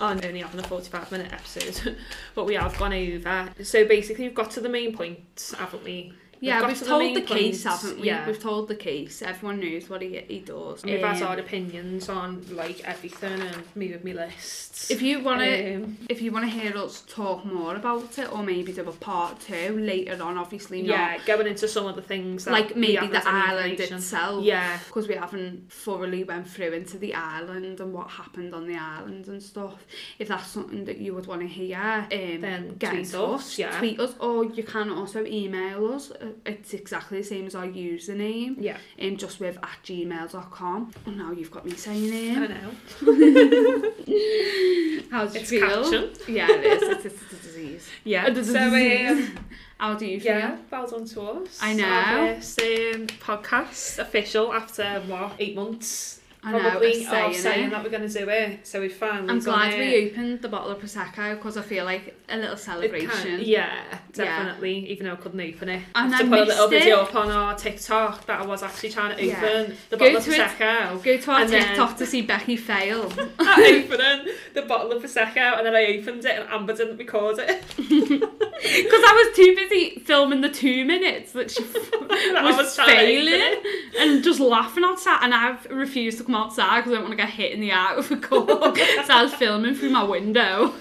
[SPEAKER 2] on only having a 45 minute episode, but we have gone over. So basically, we've got to the main points, haven't we?
[SPEAKER 1] Yeah,
[SPEAKER 2] got
[SPEAKER 1] we've
[SPEAKER 2] to the
[SPEAKER 1] told
[SPEAKER 2] main
[SPEAKER 1] the case,
[SPEAKER 2] points,
[SPEAKER 1] haven't we?
[SPEAKER 2] yeah.
[SPEAKER 1] We've told the case. Everyone knows what he, he does.
[SPEAKER 2] And we've had
[SPEAKER 1] Um,
[SPEAKER 2] our opinions on like everything and me with me lists.
[SPEAKER 1] If you want to,
[SPEAKER 2] Um,
[SPEAKER 1] if you want to hear us talk more about it, or maybe do a part two later on, obviously not.
[SPEAKER 2] yeah, going into some of the things that
[SPEAKER 1] like
[SPEAKER 2] we
[SPEAKER 1] maybe
[SPEAKER 2] haven't
[SPEAKER 1] the
[SPEAKER 2] had any
[SPEAKER 1] island
[SPEAKER 2] information.
[SPEAKER 1] itself.
[SPEAKER 2] Yeah,
[SPEAKER 1] because we haven't thoroughly went through into the island and what happened on the island and stuff. If that's something that you would want to hear, um,
[SPEAKER 2] Then
[SPEAKER 1] get in
[SPEAKER 2] tweet
[SPEAKER 1] touch.
[SPEAKER 2] us, yeah.
[SPEAKER 1] Tweet us, or you can also email us. Uh, It's exactly the same as our username,
[SPEAKER 2] yeah,
[SPEAKER 1] um, just with at gmail.com. Oh, now you've got me saying
[SPEAKER 2] I
[SPEAKER 1] it.
[SPEAKER 2] know. Uh,
[SPEAKER 1] How do you
[SPEAKER 2] It's
[SPEAKER 1] feel?
[SPEAKER 2] catching.
[SPEAKER 1] Yeah, it is. It's, it's, it's a disease.
[SPEAKER 2] Yeah.
[SPEAKER 1] It's a
[SPEAKER 2] So,
[SPEAKER 1] disease.
[SPEAKER 2] um,
[SPEAKER 1] How do you feel?
[SPEAKER 2] Yeah, well done to us.
[SPEAKER 1] I know.
[SPEAKER 2] Our first um, podcast official after what eight months.
[SPEAKER 1] I know,
[SPEAKER 2] probably
[SPEAKER 1] I'm saying
[SPEAKER 2] of saying
[SPEAKER 1] it.
[SPEAKER 2] that we're going to do it. So we finally.
[SPEAKER 1] I'm
[SPEAKER 2] done
[SPEAKER 1] glad
[SPEAKER 2] it.
[SPEAKER 1] we opened the bottle of prosecco because I feel like a little
[SPEAKER 2] It can-
[SPEAKER 1] celebration.
[SPEAKER 2] yeah, definitely. Even though I couldn't open it,
[SPEAKER 1] And
[SPEAKER 2] I have to
[SPEAKER 1] I
[SPEAKER 2] put a little
[SPEAKER 1] missed
[SPEAKER 2] video up on our TikTok that I was actually trying to
[SPEAKER 1] Yeah.
[SPEAKER 2] open the
[SPEAKER 1] Go
[SPEAKER 2] bottle of
[SPEAKER 1] to it.
[SPEAKER 2] prosecco.
[SPEAKER 1] Go to our
[SPEAKER 2] And then-
[SPEAKER 1] TikTok to see Becky fail.
[SPEAKER 2] I opened the bottle of prosecco and then I opened it and Amber didn't record it.
[SPEAKER 1] Because I was too busy filming the two minutes that she
[SPEAKER 2] And I
[SPEAKER 1] was,
[SPEAKER 2] was trying to open
[SPEAKER 1] failing and just laughing outside. And I've refused to come outside because I don't want to get hit in the eye with a cork. so I was filming through my window.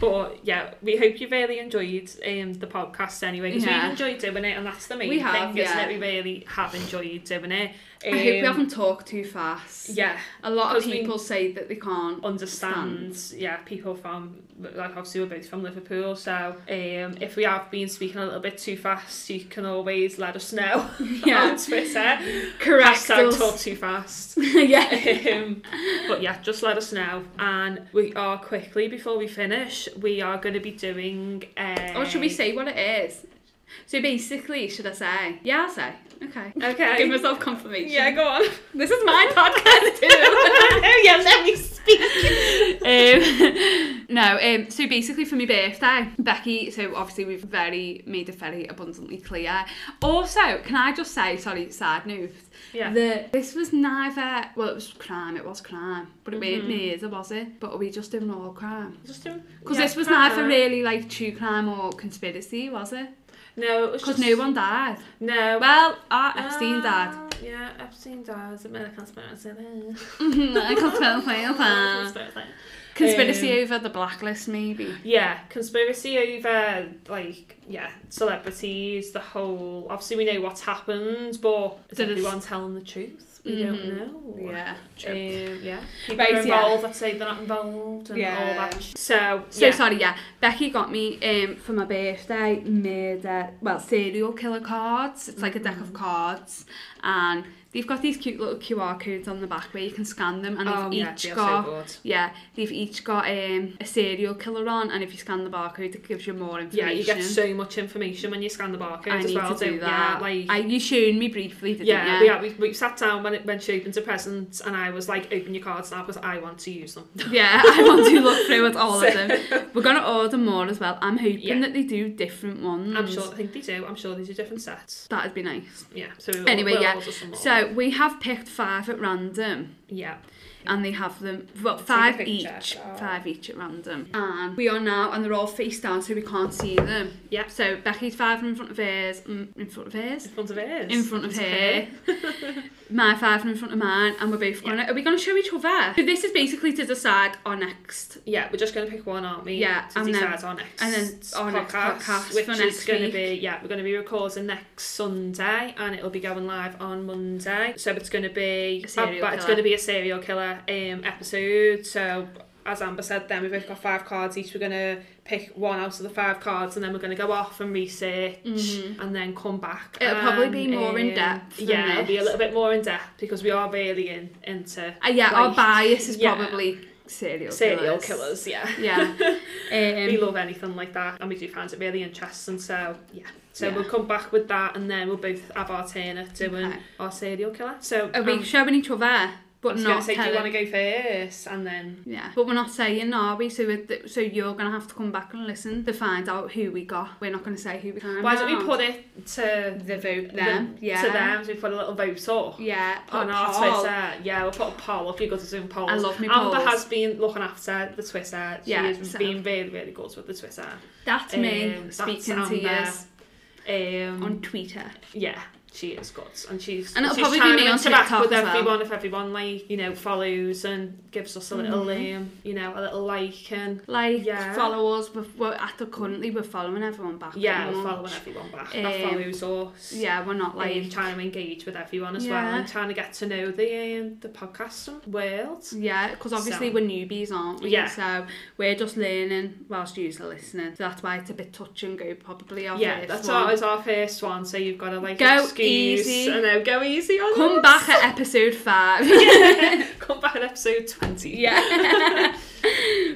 [SPEAKER 2] But yeah, we hope you really enjoyed um, the podcast anyway because
[SPEAKER 1] Yeah.
[SPEAKER 2] we enjoyed doing it and that's the main
[SPEAKER 1] We have,
[SPEAKER 2] thing, isn't
[SPEAKER 1] yeah.
[SPEAKER 2] it? We really have enjoyed doing it.
[SPEAKER 1] I hope we
[SPEAKER 2] Um,
[SPEAKER 1] haven't talked too fast.
[SPEAKER 2] Yeah,
[SPEAKER 1] A lot of
[SPEAKER 2] 'Cause we- Oh,
[SPEAKER 1] people say that they can't.
[SPEAKER 2] understand. Yeah, people from like obviously we're both from Liverpool, so um, if we have been speaking a little bit too fast, you can always let us know on
[SPEAKER 1] Yeah,
[SPEAKER 2] Twitter.
[SPEAKER 1] correct.
[SPEAKER 2] Hashtag
[SPEAKER 1] us.
[SPEAKER 2] talk too fast.
[SPEAKER 1] yeah.
[SPEAKER 2] um, but yeah, just let us know. And we are quickly before we finish, we are going to be doing. Uh,
[SPEAKER 1] Or should we say what it is? So basically, should I say? Yeah, I'll say. Okay.
[SPEAKER 2] Okay.
[SPEAKER 1] Give myself confirmation.
[SPEAKER 2] Yeah, go on.
[SPEAKER 1] This is my podcast too.
[SPEAKER 2] yeah, let me speak.
[SPEAKER 1] um, no, um, so basically for my birthday, Becky, so obviously we've very made it very abundantly clear. Also, can I just say, sorry, sad news,
[SPEAKER 2] Yeah.
[SPEAKER 1] that this was neither, well, it was crime, it was crime, but it made
[SPEAKER 2] Mhm.
[SPEAKER 1] me either, was it? But are we just doing all crime?
[SPEAKER 2] Just do.
[SPEAKER 1] Because this was neither really like true crime or conspiracy, was it?
[SPEAKER 2] No, it was
[SPEAKER 1] Because
[SPEAKER 2] just
[SPEAKER 1] no one died.
[SPEAKER 2] No.
[SPEAKER 1] Well, uh, Epstein died.
[SPEAKER 2] Uh, Yeah, Epstein died. American conspiracy.
[SPEAKER 1] I can't tell you that. Conspiracy over the blacklist, maybe.
[SPEAKER 2] Yeah, conspiracy over like yeah celebrities. The whole obviously we know what's happened, but is
[SPEAKER 1] Did it-
[SPEAKER 2] everyone telling the truth? We
[SPEAKER 1] Mhm.
[SPEAKER 2] don't know.
[SPEAKER 1] Yeah.
[SPEAKER 2] Um, yeah. People
[SPEAKER 1] Right,
[SPEAKER 2] are
[SPEAKER 1] yeah.
[SPEAKER 2] involved. I'd say they're not involved and
[SPEAKER 1] Yeah.
[SPEAKER 2] all that. So
[SPEAKER 1] So
[SPEAKER 2] yeah.
[SPEAKER 1] sorry, yeah. Becky got me um for my birthday murder well, serial killer cards. It's like a deck of
[SPEAKER 2] Mm.
[SPEAKER 1] cards and they've got these cute little QR codes on the back where you can scan them and
[SPEAKER 2] Oh,
[SPEAKER 1] they've
[SPEAKER 2] yeah,
[SPEAKER 1] each
[SPEAKER 2] they are so
[SPEAKER 1] got
[SPEAKER 2] good.
[SPEAKER 1] yeah, they've each got um, a serial killer on and if you scan the barcode it gives you more information.
[SPEAKER 2] Yeah, you get so much information when you scan the barcode
[SPEAKER 1] I
[SPEAKER 2] as
[SPEAKER 1] need
[SPEAKER 2] well.
[SPEAKER 1] to do
[SPEAKER 2] don't-
[SPEAKER 1] that.
[SPEAKER 2] Yeah, like
[SPEAKER 1] I, you shown me briefly, didn't
[SPEAKER 2] yeah,
[SPEAKER 1] you?
[SPEAKER 2] yeah, we, we sat down when it, when she opened her presents, and I was like, "Open your cards now because I want to use them."
[SPEAKER 1] Yeah, I want to look through at all
[SPEAKER 2] So-
[SPEAKER 1] of them. We're gonna order more as well. I'm hoping
[SPEAKER 2] Yeah.
[SPEAKER 1] that they do different ones.
[SPEAKER 2] I'm sure I think they do. I'm sure these are different sets.
[SPEAKER 1] that'd be nice.
[SPEAKER 2] Yeah. So we'll,
[SPEAKER 1] Anyway,
[SPEAKER 2] we'll
[SPEAKER 1] yeah.
[SPEAKER 2] order some more.
[SPEAKER 1] So we have picked five at random,
[SPEAKER 2] yeah,
[SPEAKER 1] and they have them well
[SPEAKER 2] a
[SPEAKER 1] five each,
[SPEAKER 2] picture. Oh.
[SPEAKER 1] five each at random. And we are now, and they're all face down, so we can't see them.
[SPEAKER 2] Yeah.
[SPEAKER 1] So Becky's five in front of hers, mm, in front of hers,
[SPEAKER 2] in front of hers.
[SPEAKER 1] in front of her. My five in front of mine, and we're both gonna. Are we gonna show each other? So this is basically to decide our next
[SPEAKER 2] Yeah, we're just going to pick one, aren't we?
[SPEAKER 1] Yeah,
[SPEAKER 2] To
[SPEAKER 1] and then-
[SPEAKER 2] decide our next
[SPEAKER 1] and then our next podcast
[SPEAKER 2] which
[SPEAKER 1] for
[SPEAKER 2] is
[SPEAKER 1] next
[SPEAKER 2] going to
[SPEAKER 1] week.
[SPEAKER 2] be yeah, we're going to be recording next Sunday, and it'll be going live on Monday. So it's going to be
[SPEAKER 1] A serial
[SPEAKER 2] but it's
[SPEAKER 1] killer.
[SPEAKER 2] going to be a serial killer um episode. So as Amber said, then we've both got five cards each. We're going to pick one out of the five cards and then we're going to go off and research
[SPEAKER 1] Mhm.
[SPEAKER 2] and then come back.
[SPEAKER 1] It'll probably be
[SPEAKER 2] and,
[SPEAKER 1] more in-depth than
[SPEAKER 2] Yeah, it'll be a
[SPEAKER 1] this.
[SPEAKER 2] little bit more in depth because we are really in, into
[SPEAKER 1] Uh, yeah, our
[SPEAKER 2] Right.
[SPEAKER 1] bias is
[SPEAKER 2] Yeah.
[SPEAKER 1] probably serial,
[SPEAKER 2] serial
[SPEAKER 1] killers.
[SPEAKER 2] killers. Yeah.
[SPEAKER 1] Yeah.
[SPEAKER 2] we
[SPEAKER 1] Um,
[SPEAKER 2] love anything like that and we do find it really interesting so yeah so
[SPEAKER 1] Yeah.
[SPEAKER 2] we'll come back with that and then we'll both have our turn at doing
[SPEAKER 1] Okay.
[SPEAKER 2] our serial killer so
[SPEAKER 1] are we
[SPEAKER 2] um,
[SPEAKER 1] showing each other?
[SPEAKER 2] I
[SPEAKER 1] But
[SPEAKER 2] was
[SPEAKER 1] not
[SPEAKER 2] gonna say do you
[SPEAKER 1] telling-
[SPEAKER 2] want to go first and then
[SPEAKER 1] Yeah, but we're not saying, are we? So, we're th- so you're gonna have to come back and listen to find out who we got. We're not gonna say who we got.
[SPEAKER 2] why don't we put it to
[SPEAKER 1] the vote
[SPEAKER 2] the-
[SPEAKER 1] them? yeah,
[SPEAKER 2] to them so we put a little vote up
[SPEAKER 1] Yeah,
[SPEAKER 2] on
[SPEAKER 1] a
[SPEAKER 2] our
[SPEAKER 1] poll.
[SPEAKER 2] Twitter yeah we'll put a poll if you go to Zoom polls
[SPEAKER 1] I love me
[SPEAKER 2] Amber
[SPEAKER 1] polls.
[SPEAKER 2] has been looking after the Twitter she
[SPEAKER 1] Yeah,
[SPEAKER 2] has
[SPEAKER 1] so-
[SPEAKER 2] been really really good with the Twitter
[SPEAKER 1] That's me
[SPEAKER 2] Um, that's
[SPEAKER 1] speaking to
[SPEAKER 2] Amber.
[SPEAKER 1] you
[SPEAKER 2] um,
[SPEAKER 1] on Twitter.
[SPEAKER 2] Yeah, she is good, and she's
[SPEAKER 1] And it'll
[SPEAKER 2] she's
[SPEAKER 1] probably be
[SPEAKER 2] trying
[SPEAKER 1] me
[SPEAKER 2] to
[SPEAKER 1] on
[SPEAKER 2] interact
[SPEAKER 1] TikTok
[SPEAKER 2] with
[SPEAKER 1] as well.
[SPEAKER 2] everyone. If everyone like you know follows and gives us a little
[SPEAKER 1] Mhm.
[SPEAKER 2] um, you know a little like and
[SPEAKER 1] Like
[SPEAKER 2] Yeah.
[SPEAKER 1] follow us. We're, we're at the currently we're following everyone back.
[SPEAKER 2] yeah,
[SPEAKER 1] at the
[SPEAKER 2] we're
[SPEAKER 1] moment.
[SPEAKER 2] following everyone back
[SPEAKER 1] Um,
[SPEAKER 2] that follows us.
[SPEAKER 1] Yeah, we're not
[SPEAKER 2] Like
[SPEAKER 1] like
[SPEAKER 2] trying to engage with everyone as well
[SPEAKER 1] Yeah.
[SPEAKER 2] and trying to get to know the um, the podcast world.
[SPEAKER 1] Yeah, because obviously
[SPEAKER 2] So-
[SPEAKER 1] we're newbies, aren't we?
[SPEAKER 2] Yeah.
[SPEAKER 1] So we're just learning whilst you're listening. So that's why it's a bit touch and go probably. Our
[SPEAKER 2] yeah,
[SPEAKER 1] first
[SPEAKER 2] that's
[SPEAKER 1] one.
[SPEAKER 2] our, is our first one, so you've got to like
[SPEAKER 1] Go
[SPEAKER 2] excuse
[SPEAKER 1] easy.
[SPEAKER 2] and then go easy on
[SPEAKER 1] Come
[SPEAKER 2] us.
[SPEAKER 1] back at episode five.
[SPEAKER 2] come back at episode twenty.
[SPEAKER 1] yeah.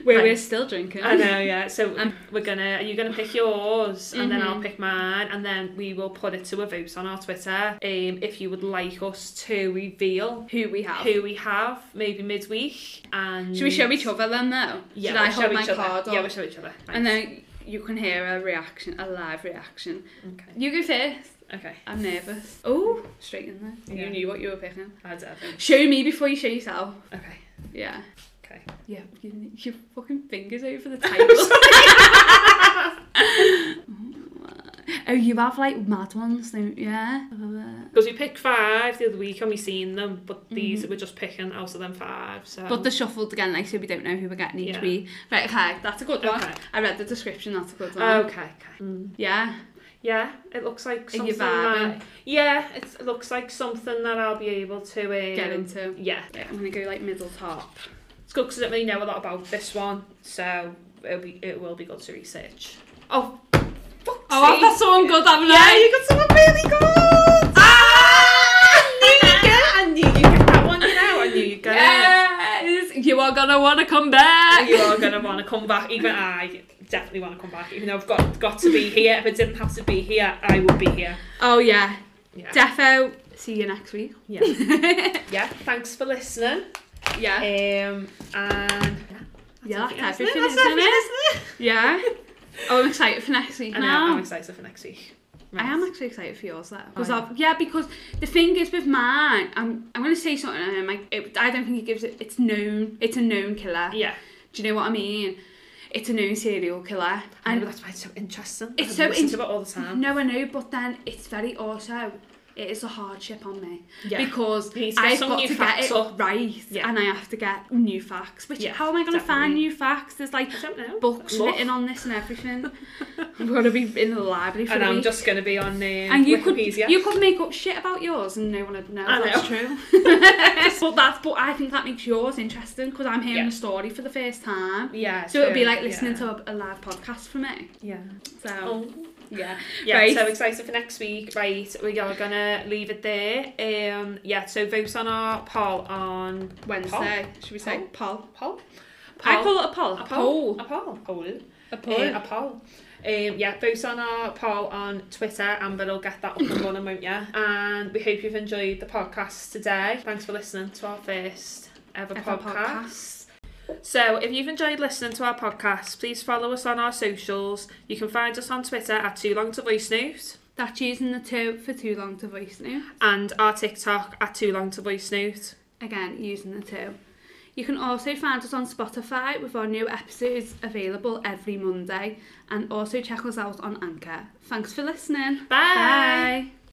[SPEAKER 1] Where we're
[SPEAKER 2] Right.
[SPEAKER 1] still drinking.
[SPEAKER 2] I know, yeah. So
[SPEAKER 1] Um,
[SPEAKER 2] we're gonna, you're gonna pick yours, and then I'll
[SPEAKER 1] Mhm.
[SPEAKER 2] pick mine, and then we will put it to a vote on our Twitter. Um, if you would like us to reveal
[SPEAKER 1] Who we have.
[SPEAKER 2] who we have, maybe midweek, and
[SPEAKER 1] Should we show each other then though?
[SPEAKER 2] Yeah,
[SPEAKER 1] Should
[SPEAKER 2] we'll
[SPEAKER 1] I
[SPEAKER 2] show
[SPEAKER 1] hold my
[SPEAKER 2] each other.
[SPEAKER 1] card
[SPEAKER 2] Yeah,
[SPEAKER 1] up?
[SPEAKER 2] we'll show each other.
[SPEAKER 1] and then you can hear a reaction, a live reaction.
[SPEAKER 2] okay,
[SPEAKER 1] You go first.
[SPEAKER 2] okay,
[SPEAKER 1] I'm nervous. Oh, straight in there.
[SPEAKER 2] Yeah.
[SPEAKER 1] You knew what you were picking.
[SPEAKER 2] I don't know.
[SPEAKER 1] Show me before you show yourself.
[SPEAKER 2] Okay,
[SPEAKER 1] Yeah.
[SPEAKER 2] okay.
[SPEAKER 1] Yeah, you, your fucking fingers over the table. oh, you have like mad ones, don't you? Yeah.
[SPEAKER 2] Because we picked five the other week, and we seen them, but these
[SPEAKER 1] Mhm.
[SPEAKER 2] we're just picking out of them five. So
[SPEAKER 1] But they're shuffled again, like, so we don't know who we're getting each
[SPEAKER 2] Yeah.
[SPEAKER 1] week. Right, okay, that's a good one.
[SPEAKER 2] Okay.
[SPEAKER 1] I read the description, that's a good one.
[SPEAKER 2] Okay, okay. Mm.
[SPEAKER 1] Yeah.
[SPEAKER 2] Yeah, it looks like
[SPEAKER 1] Are you
[SPEAKER 2] something
[SPEAKER 1] vibing?
[SPEAKER 2] that. Yeah, it's, it looks like something that I'll be able to um,
[SPEAKER 1] Get into.
[SPEAKER 2] Yeah,
[SPEAKER 1] Right, I'm going to go like middle top.
[SPEAKER 2] it's good because I don't really know a lot about this one, so it'll be it will be good to research. Oh, fuck!
[SPEAKER 1] Oh, that's someone good, haven't
[SPEAKER 2] yeah,
[SPEAKER 1] I?
[SPEAKER 2] you got someone really good. Ah! I knew you get that one. You know, I knew you get it.
[SPEAKER 1] Yes! You are going to want to come back.
[SPEAKER 2] You are gonna want to come back. Even I definitely want to come back. Even though I've got got to be here. If I didn't have to be here, I would be here.
[SPEAKER 1] Oh, yeah.
[SPEAKER 2] Yeah.
[SPEAKER 1] Defo, see you next week.
[SPEAKER 2] yeah. Yeah. Thanks for listening. Um,
[SPEAKER 1] yeah.
[SPEAKER 2] and
[SPEAKER 1] Yeah,
[SPEAKER 2] it,
[SPEAKER 1] that's
[SPEAKER 2] isn't it?
[SPEAKER 1] everything,
[SPEAKER 2] That's
[SPEAKER 1] isn't
[SPEAKER 2] everything,
[SPEAKER 1] it?
[SPEAKER 2] isn't it?
[SPEAKER 1] Yeah. Oh, I'm excited for next week
[SPEAKER 2] I know,
[SPEAKER 1] now.
[SPEAKER 2] I'm excited for next week.
[SPEAKER 1] I
[SPEAKER 2] Right.
[SPEAKER 1] am actually excited for yours though, because
[SPEAKER 2] Oh, yeah.
[SPEAKER 1] yeah. because the thing is with mine, I'm I'm gonna say something, and I'm like, it, I don't think it gives it. It's known, it's a known killer.
[SPEAKER 2] Yeah.
[SPEAKER 1] Do you know what I mean? It's a known serial killer,
[SPEAKER 2] I know,
[SPEAKER 1] and
[SPEAKER 2] that's why it's so interesting.
[SPEAKER 1] It's
[SPEAKER 2] I've
[SPEAKER 1] so
[SPEAKER 2] listened
[SPEAKER 1] int-
[SPEAKER 2] to it all the time.
[SPEAKER 1] no, I know, but then it's very also. It is a hardship on me
[SPEAKER 2] Yeah.
[SPEAKER 1] because
[SPEAKER 2] You need to get
[SPEAKER 1] I've
[SPEAKER 2] some
[SPEAKER 1] got
[SPEAKER 2] new
[SPEAKER 1] to get
[SPEAKER 2] facts
[SPEAKER 1] it
[SPEAKER 2] up.
[SPEAKER 1] right,
[SPEAKER 2] Yeah.
[SPEAKER 1] and I have to get new facts. Which
[SPEAKER 2] Yeah,
[SPEAKER 1] how am I gonna find
[SPEAKER 2] definitely.
[SPEAKER 1] new facts? There's like
[SPEAKER 2] I don't know.
[SPEAKER 1] books
[SPEAKER 2] Look.
[SPEAKER 1] written on this and everything. I'm gonna be in the library for
[SPEAKER 2] and
[SPEAKER 1] a
[SPEAKER 2] I'm
[SPEAKER 1] week.
[SPEAKER 2] just going to be on um,
[SPEAKER 1] And you could
[SPEAKER 2] Wikipedia.
[SPEAKER 1] you could make up shit about yours and no one would know
[SPEAKER 2] I
[SPEAKER 1] that's true. but that's but I think that makes yours interesting because I'm hearing
[SPEAKER 2] Yeah.
[SPEAKER 1] the story for the first time.
[SPEAKER 2] yeah.
[SPEAKER 1] So it'll be like listening to a, a live podcast for me.
[SPEAKER 2] Yeah.
[SPEAKER 1] So
[SPEAKER 2] Oh.
[SPEAKER 1] yeah,
[SPEAKER 2] Yeah,
[SPEAKER 1] Right.
[SPEAKER 2] so excited for next week. Right, we are gonna leave it there. Um, yeah, so vote on our poll on
[SPEAKER 1] Wednesday. Should we say poll?
[SPEAKER 2] poll.
[SPEAKER 1] I call it a poll.
[SPEAKER 2] a
[SPEAKER 1] A
[SPEAKER 2] poll.
[SPEAKER 1] poll.
[SPEAKER 2] A poll. Poll.
[SPEAKER 1] A
[SPEAKER 2] Uh, a poll. Um, yeah, vote on our poll on Twitter. Amber will get that up and running, won't you? And we hope you've enjoyed the podcast today. Thanks for listening to our first ever,
[SPEAKER 1] Ever
[SPEAKER 2] podcast. So, if you've enjoyed listening to our podcast, please follow us on our socials. You can find us on Twitter at Too Long to Voice Note
[SPEAKER 1] That's using the two for too long to voice now.
[SPEAKER 2] and our TikTok at Too Long to Voice Note.
[SPEAKER 1] Again, using the two. You can also find us on Spotify with our new episodes available every Monday and also check us out on Anchor. Thanks for listening.
[SPEAKER 2] Bye.
[SPEAKER 1] Bye.